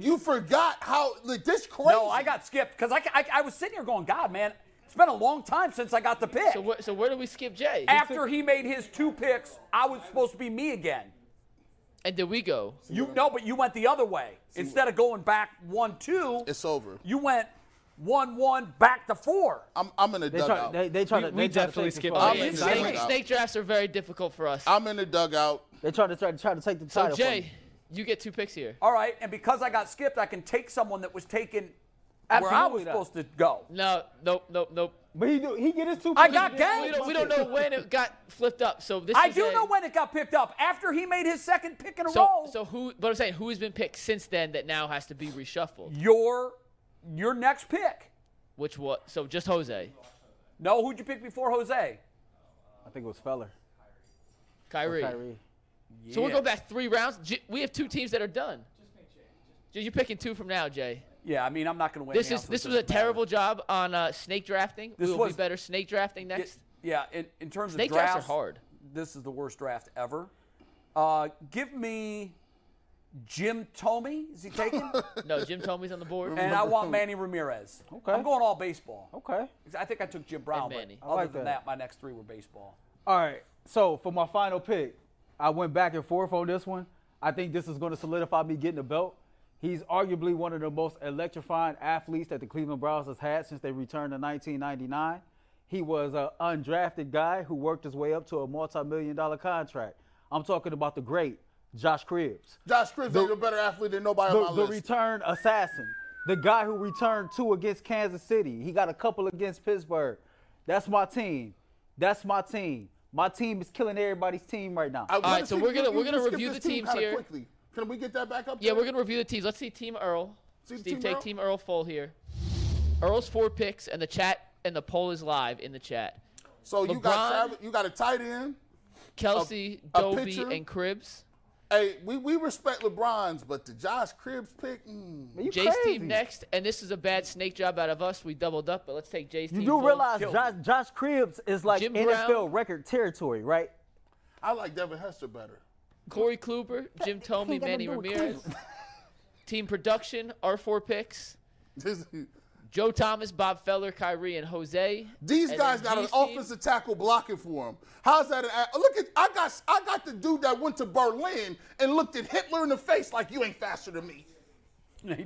S5: You forgot how like this crazy.
S4: No, I got skipped because I, I, I was sitting here going, God, man, it's been a long time since I got the pick.
S3: So where, so where do we skip Jay?
S4: After he made his two picks, I was supposed to be me again.
S3: and did we go?
S4: You no, but you went the other way. Instead of going back one two,
S5: It's over.
S4: you went one one back to four.
S5: I'm, I'm in the
S6: They try.
S5: dugout.
S6: They, they try to.
S9: we
S6: they try to
S9: definitely
S6: take the
S9: skipped
S6: spot.
S5: I'm in the
S3: snake,
S5: dugout.
S3: snake drafts are very difficult for us.
S5: I'm in the dugout.
S6: They try to try to try to take the
S3: so
S6: title. from
S3: Jay,
S6: me.
S3: you get two picks here.
S4: All right, and because I got skipped, I can take someone that was taken where I was
S6: Absolutely not.
S4: supposed to go.
S3: No, nope, nope, nope.
S6: but he do. He get his two.
S4: I
S6: picks.
S4: got game.
S3: We don't, we don't know when it got flipped up. So this
S4: I
S3: is
S4: do
S3: a-
S4: know when it got picked up. After he made his second pick in a
S3: So,
S4: row,
S3: so who? But I'm saying who has been picked since then that now has to be reshuffled.
S4: your your next pick.
S3: Which was so just Jose,
S4: No, who'd you pick before Jose?
S6: I think it was Feller.
S3: Kyrie.
S6: Oh, Kyrie.
S3: So we'll go back three rounds. J- we have two teams that are done. J- You're picking two from now, Jay.
S4: Yeah, I mean, I'm not going to win.
S3: This
S4: now,
S3: is
S4: so it
S3: this was a
S4: doesn't matter.
S3: terrible job on uh, snake drafting.
S4: This
S3: we will
S4: was-
S3: be better snake drafting
S4: Y-
S3: next.
S4: Yeah, in, in terms
S3: Snake
S4: of
S3: drafts are
S4: drafts,
S3: hard.
S4: This is the worst draft ever. Uh, give me Jim Tomey. Is he taken?
S3: No, Jim Tomey's on the board.
S4: and I want Manny Ramirez.
S6: Okay.
S4: I'm going all baseball.
S6: Okay.
S4: I think I took Jim Brown,
S3: Manny.
S4: but
S3: I
S4: other
S6: like
S4: than that.
S6: that.
S4: my next three were baseball.
S6: All right. So for my final pick, I went back and forth on this one. I think this is going to solidify me getting the belt. He's arguably one of the most electrifying athletes that the Cleveland Browns has had since they returned in 1999. He was an undrafted guy who worked his way up to a multi-million dollar contract. I'm talking about the great Josh Cribbs
S5: Josh Chris is a better athlete than nobody
S6: the,
S5: on my
S6: the
S5: list.
S6: return assassin, the guy who returned two against Kansas City. He got a couple against Pittsburgh. That's my team. That's my team. My team is killing everybody's team right now.
S5: I wanna
S3: right, so
S5: see-
S3: we're gonna-
S5: you-
S3: we're
S5: you
S3: gonna
S5: skipped
S3: review
S5: this
S3: the
S5: team
S3: teams
S5: kinda
S3: here.
S5: Quickly. Can we get that back up?
S3: Yeah,
S5: there?
S3: we're gonna review the teams. Let's see Team Earl.
S5: See
S3: Steve,
S5: Team
S3: take
S5: Earl?
S3: Team Earl full here. Earl's four picks, and the chat and the poll is live in the chat.
S5: So you got
S3: LeBron.
S5: Travis, you got a tight end.
S3: Kelsey,
S5: a
S3: Dobie,
S5: pitcher?
S3: and Cribs.
S5: Hey, we, we respect LeBron's, but the Josh Cribbs pick, mm,
S6: you
S3: Jay's
S6: crazy.
S3: team next, and this is a bad snake job out of us. We doubled up, but let's take Jay's
S6: You
S3: team.
S6: do
S3: full.
S6: realize Josh, Josh Cribbs is like
S3: Jim
S6: NFL
S3: Brown.
S6: record territory, right?
S5: I like Devin Hester better.
S3: Corey Kluber, Jim Tomey,
S6: ain't got
S3: Manny
S6: nothing to do with
S3: Ramirez. team production, our four picks.
S5: This-
S3: Joe Thomas, Bob Feller, Kyrie, and Jose.
S5: These
S3: And
S5: guys
S3: then
S5: got an
S3: G's team.
S5: offensive tackle blocking for him. How's that? An, a- look at I got I got the dude that went to Berlin and looked at Hitler in the face like you ain't faster than me.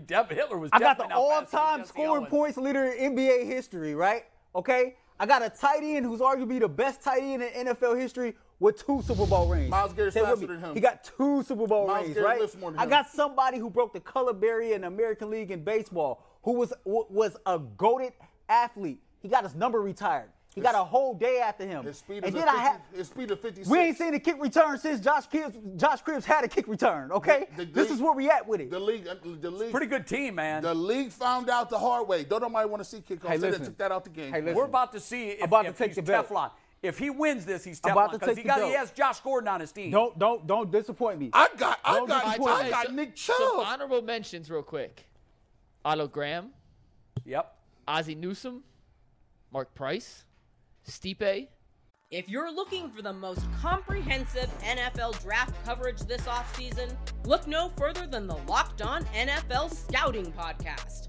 S4: Dev Hitler was.
S6: I got the
S4: definitely not faster than
S6: all-time
S4: Jesse
S6: scoring
S4: Owens.
S6: points leader in NBA history, right? Okay. I got a tight end who's arguably the best tight end in NFL history with two Super Bowl rings.
S5: Miles Garrett's
S6: Stay with
S5: faster
S6: me.
S5: than him.
S6: He got two Super Bowl
S5: Miles
S6: rings,
S5: Garrett
S6: right?
S5: lifts more than
S6: I
S5: him.
S6: got somebody who broke the color barrier in the American League in baseball, who was wa- was a goaded athlete. He got his number retired. He got a whole day after him.
S5: His speed
S6: and
S5: is a
S6: then
S5: 50,
S6: I have
S5: his speed of 56.
S6: we ain't seen a kick return since Josh Cribbs, Josh Cribbs had a kick return. Okay,
S5: The- the
S6: this
S5: league-
S6: is where we at with it.
S5: the league. uh, The league.
S4: Pretty good team, man.
S5: The league found out the hard way. Don't nobody want to see kickoffs.
S6: Hey,
S5: They done
S6: listen.
S5: took that out the game.
S6: Hey, listen.
S4: We're about to see if,
S6: About to
S4: if
S6: take
S4: he's
S6: the belt.
S4: Teflon. If he wins this, he's Teflon.
S6: I'm about to
S4: 'cause
S6: take
S4: he,
S6: the
S4: got, he
S6: belt.
S4: has Josh Gordon on his team.
S6: Don't don't don't disappoint me.
S5: I got I
S6: Don't
S5: got
S6: be
S5: I
S6: quiet.
S5: got
S3: So-
S5: Nick Chubb.
S3: Some honorable mentions, real quick. Otto Graham,
S4: Yep.
S3: Ozzie Newsome, Mark Price, Stipe,
S7: If you're looking for the most comprehensive NFL draft coverage this offseason, look no further than the Locked On NFL Scouting Podcast.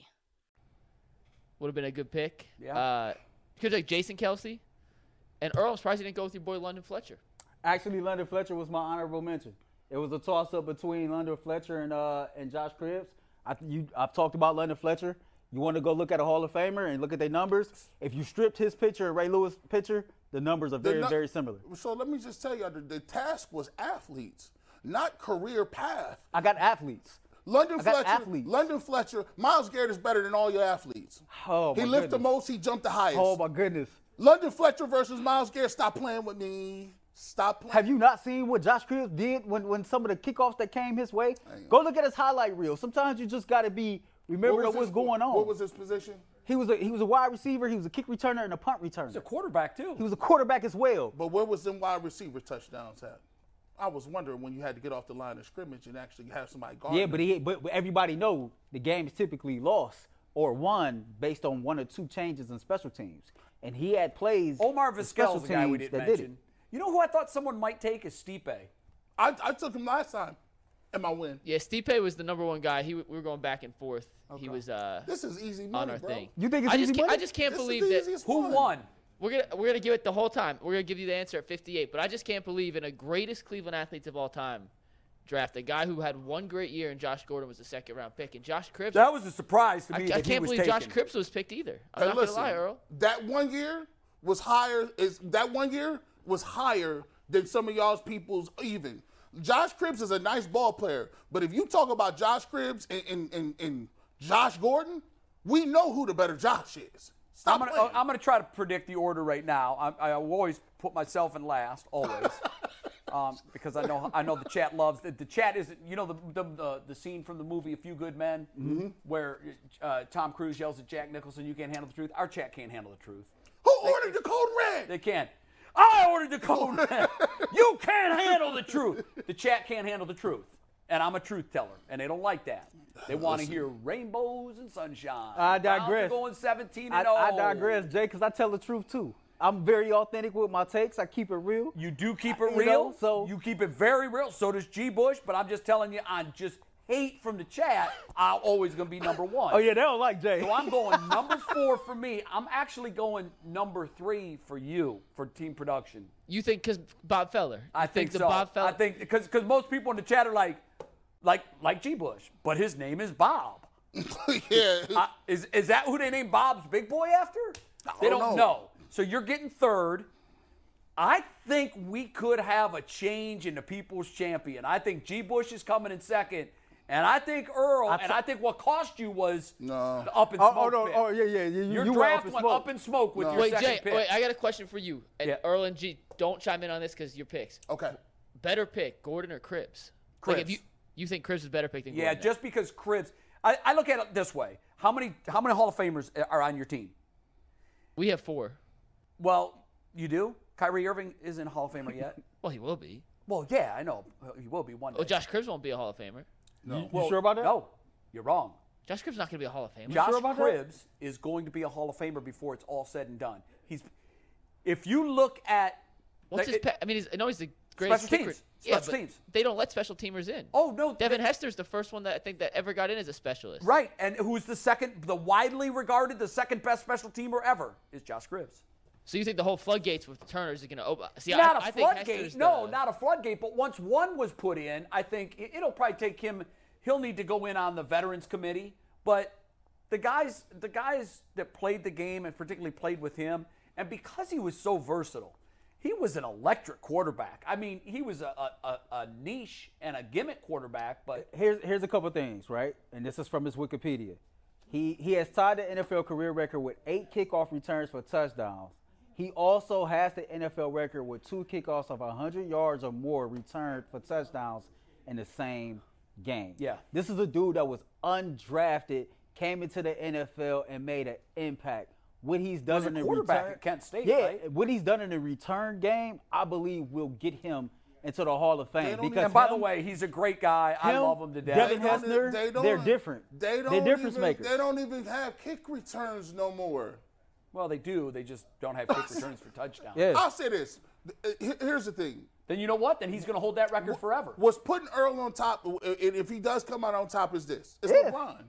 S3: would have been a good pick.
S4: Yeah.
S3: Uh, could like Jason Kelsey, and Earl. I'm surprised he didn't go with your boy London Fletcher.
S6: Actually, London Fletcher was my honorable mention. It was a toss-up between London Fletcher and uh, and Josh Cribbs. I you, I've talked about London Fletcher. You want to go look at a Hall of Famer and look at their numbers. If you stripped his picture and Ray Lewis' picture, the numbers are
S5: The
S6: very
S5: nu-
S6: very similar.
S5: So let me just tell you, the, the task was athletes, not career path.
S6: I got athletes.
S5: London
S6: I got
S5: Fletcher,
S6: athletes.
S5: London Fletcher, Miles Garrett is better than all your athletes.
S6: Oh my
S5: he lived the
S6: goodness.
S5: most, he jumped the highest.
S6: Oh my goodness.
S5: London Fletcher versus Miles Garrett. Stop playing with me. Stop playing.
S6: Have you not seen what Josh Cribbs did when, when some of the kickoffs that came his way? Go look at his highlight reel. Sometimes you just got to be remember
S5: was
S6: what's
S5: his-
S6: going on.
S5: What was his position?
S6: He was a he was a wide receiver. He was a kick returner and a punt returner.
S4: He's a quarterback, too.
S6: He was a quarterback as well.
S5: But where was them wide receiver touchdowns at? I was wondering when you had to get off the line of scrimmage and actually have somebody guard.
S6: Yeah,
S5: him.
S6: but, he, but but everybody know the game is typically lost or won based on one or two changes in special teams. And he had plays.
S4: Omar
S6: in special
S4: Vizquel's the guy we
S6: teams
S4: didn't
S6: that did
S4: mention. you know who I thought someone might take is Stipe.
S5: I, I took him last time, and my win.
S3: Yeah, Stipe was the number one guy. He w- we were going back and forth. He was uh,
S5: This is easy money,
S3: on our
S5: bro.
S3: thing.
S6: You think it's
S3: I
S6: easy
S3: just can't, I
S6: money?
S3: just can't
S5: This is
S3: believe
S5: the
S3: that
S5: easiest
S4: Who
S5: one.
S4: won?
S3: we're gonna we're gonna give it the whole time. We're gonna give you the answer at 58. But I just can't believe in a greatest Cleveland athletes of all time draft a guy who had one great year and Josh Gordon was a second round pick and Josh Cribs.
S4: That was a surprise to
S3: I,
S4: me.
S3: I
S4: that
S3: can't
S4: he was
S3: believe
S4: taken.
S3: Josh Cribs was picked either. I'm
S5: Hey,
S3: not
S5: listen,
S3: gonna lie, Earl.
S5: That one year was higher. Is that one year was higher than some of y'all's people's even. Josh Cribbs is a nice ball player, but if you talk about Josh Cribbs and, and, and, and Josh Gordon, we know who the better Josh is.
S4: I'm
S5: Stop
S4: gonna,
S5: playing.
S4: I'm gonna try to predict the order right now. I, I always put myself in last, always, um, because I know I know the chat loves the, the chat. Is you know the, the the the scene from the movie A Few Good Men
S6: Mm-hmm.
S4: where uh, Tom Cruise yells at Jack Nicholson, "You can't handle the truth." Our chat can't handle the truth.
S5: who ordered the code red?
S4: They can. I ordered the cold red. you can't handle the truth. The chat can't handle the truth. And I'm a truth teller, and they don't like that. They want to hear rainbows and sunshine.
S6: I
S4: Browns are
S6: digress.
S4: Going 17 and oh.
S6: I,
S4: 0.
S6: I digress, Jay, because I tell the truth too. I'm very authentic with my takes. I keep it real.
S4: You do keep it
S6: You
S4: real.
S6: know, so-
S4: you keep it very real. So does G. Bush. But I'm just telling you, I just hate from the chat. I'm always gonna be number one.
S6: Oh yeah, they don't like Jay.
S4: So I'm going number four for me. I'm actually going number three for you for team production.
S3: You think because Bob Feller?
S4: I
S3: You
S4: think,
S3: the
S4: so.
S3: Bob Feller.
S4: I think because because most people in the chat are like, like like G. Bush, but his name is Bob.
S5: yeah.
S4: I, is is that who they named Bob's Big Boy after? They
S5: don't
S4: don't
S5: know.
S4: know. So you're getting third. I think we could have a change in the people's champion. I think G. Bush is coming in second, and I think Earl, and I think what cost you was
S5: No.
S4: the up and
S6: Oh,
S4: smoke.
S6: oh, no,
S4: pick.
S6: oh yeah, yeah. You,
S4: Your
S6: you
S4: draft
S6: went
S4: went
S6: smoke.
S4: up in smoke with your
S3: Wait,
S4: second
S3: Jay.
S4: pick.
S3: Wait, I got a question for you. And
S4: Yeah.
S3: Earl and G, don't chime in on this because your picks.
S5: Okay.
S3: Better pick, Gordon or Cribs? Like if
S4: Cribs.
S3: you you think Cribs is better pick than
S4: yeah,
S3: Gordon?
S4: just because Cribs. I, I look at it this way: how many how many Hall of Famers uh, are on your team?
S3: we have four.
S4: Well, you do. Kyrie Irving isn't a Hall of Famer yet.
S3: Well, he will be.
S4: well, yeah, I know he will be one day.
S3: Well, Oh, Josh Cribs won't be a Hall of Famer.
S6: You sure about that?
S4: No, you're wrong.
S3: Josh Cribs not going to be a Hall of Famer.
S4: Josh
S6: about that?
S4: Cribs is going to be a Hall of Famer before it's all said and done. He's, if you look at,
S3: What's his?
S4: it-
S3: Pe- I mean, he's, I know he's the greatest
S4: Special
S3: kicker.
S4: teams.
S3: Yeah,
S4: Special
S3: but
S4: teams.
S3: They don't let special teamers in.
S4: oh no,
S3: Devin
S4: they-
S3: Hester's the first one that I think that ever got in as a specialist.
S4: right, and who's the second, the widely regarded, the second best special teamer ever is Josh Cribs.
S3: So you think the whole floodgates with the Turners are going to open? See,
S4: not
S3: I,
S4: a
S3: I think
S4: floodgate.
S3: Hester's
S4: No,
S3: the-
S4: not a floodgate. But once one was put in, I think it- it'll probably take him. He'll need to go in on the veterans committee. But the guys, the guys that played the game and particularly played with him, and because he was so versatile, he was an electric quarterback. I mean, he was a, a, a- a niche and a gimmick quarterback. But
S6: here's here's a couple things, right? And this is from his Wikipedia. He he has tied the NFL career record with eight kickoff returns for touchdowns. He also has the NFL record with two kickoffs of 100 yards or more returned for touchdowns in the same game.
S4: Yeah.
S6: This is a dude that was undrafted, came into the NFL and made an impact. What he's done
S4: a
S6: in the
S4: quarterback
S6: return,
S4: at Kent State,
S6: yeah,
S4: right?
S6: what he's done in the return game, I believe will get him into the Hall of Fame.
S5: don't
S6: Because
S4: and by the
S6: him-
S4: way, he's a great guy. I
S6: him,
S4: love him to death.
S6: Devin
S5: They don't-
S6: Hester,
S5: they don't-
S6: they're e- different.
S5: They
S6: They're
S5: don't
S6: difference
S5: even,
S6: makers.
S5: They don't even have kick returns no more.
S4: well, they do. They just don't have kick returns for touchdowns.
S6: Yeah.
S5: I'll say this. Th- uh, he- Here's the thing.
S4: Then you know what? Then he's going to hold that record forever.
S5: What's putting Earl on top, uh, and if he does come out on top, is this. It's
S6: If.
S5: LeBron.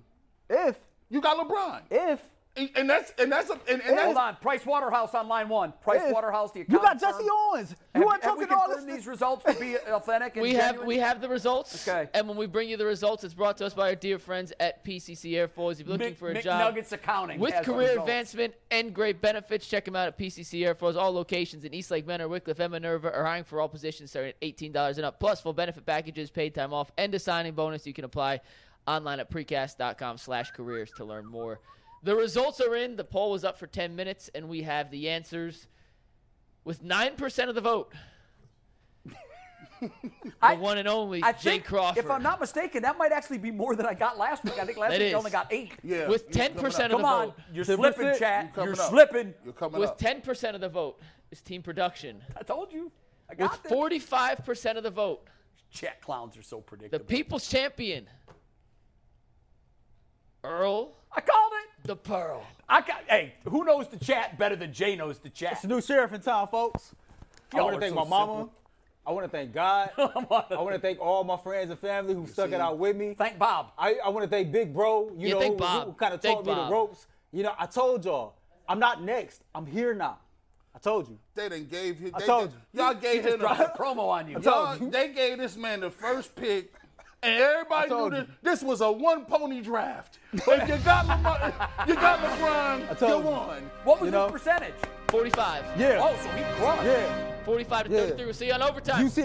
S6: If,
S5: You got LeBron.
S6: if,
S5: And- And that's and that's a, and,
S4: Hold
S5: and that's,
S4: on, Price Waterhouse on line one. Price
S6: if.
S4: Waterhouse, the
S6: You got
S4: accounting
S6: Jesse
S4: firm.
S6: Owens.
S4: Have
S6: You weren't
S4: have we
S6: talking all this.
S4: confirmed these results to be authentic. and
S3: We have
S4: genuine?
S3: we have the results.
S4: Okay.
S3: And when we bring you the results, it's brought to us by our dear friends at PCC Airfoils. If you're looking
S4: Mc-
S3: for a
S4: McNuggets
S3: job
S4: Accounting
S3: with
S4: has the
S3: career
S4: results.
S3: advancement and great benefits, check them out at PCC Airfoils. All locations in Eastlake, Menor, Wickliffe, and Minerva are hiring for all positions starting at eighteen dollars and up, plus full benefit packages, paid time off, and a signing bonus. You can apply online at precast.com/careers to learn more. The results are in. The poll was up for ten minutes, and we have the answers with nine percent of the vote.
S4: I-
S3: The one and only
S4: I
S3: Jay
S4: think,
S3: Crawford.
S4: If I'm not mistaken, that might actually be more than I got last week. I think last
S3: That
S4: week I
S3: is.
S4: only got eight.
S5: yeah.
S3: with
S5: He's
S3: ten
S5: coming up.
S3: percent of
S4: Come
S3: the
S4: on,
S3: vote,
S4: you're slipping,
S5: You're
S4: chat. You're,
S5: coming up.
S4: slipping.
S5: You're coming
S3: with
S5: up.
S3: ten percent of the vote, is team production.
S4: I told you. I
S3: With
S4: got this.
S3: forty-five percent of the vote,
S4: Chat clowns are so
S3: the
S4: predictable.
S3: people's champion, Earl
S4: I called it.
S3: the Pearl.
S4: I got. Hey, who knows the chat better than Jay knows the chat?
S6: It's a new sheriff in town, folks. I
S4: Y'all
S6: want
S4: are
S6: to thank
S4: so
S6: my mama. I want to thank God. I want to thank all my friends and family who stuck it out with me.
S4: Thank Bob.
S6: I, I want to thank Big Bro, you
S3: Yeah,
S6: know,
S3: thank
S6: who,
S3: Bob.
S6: who kind of
S3: Thank
S6: taught me the
S3: Bob.
S6: ropes. You know, I told y'all, I'm not next. I'm here now. I told you.
S5: They done gave him. They
S6: told
S5: did-
S6: you.
S5: y'all gave him.
S4: Dropped a
S5: the-
S4: promo on you.
S5: Y'all,
S6: told you.
S5: they gave this man the first pick, and everybody knew
S6: told
S5: this,
S6: you.
S5: this was a one pony draft. if you got LeBron, you got LeBron,
S6: told
S5: you
S6: you.
S5: won.
S4: What was
S6: You
S4: his
S6: know?
S4: percentage?
S3: Forty-five.
S6: Yeah.
S4: Oh, so he crushed.
S6: Yeah.
S3: 45 to
S6: Yeah.
S3: 33. We'll see you on overtime.
S6: You see.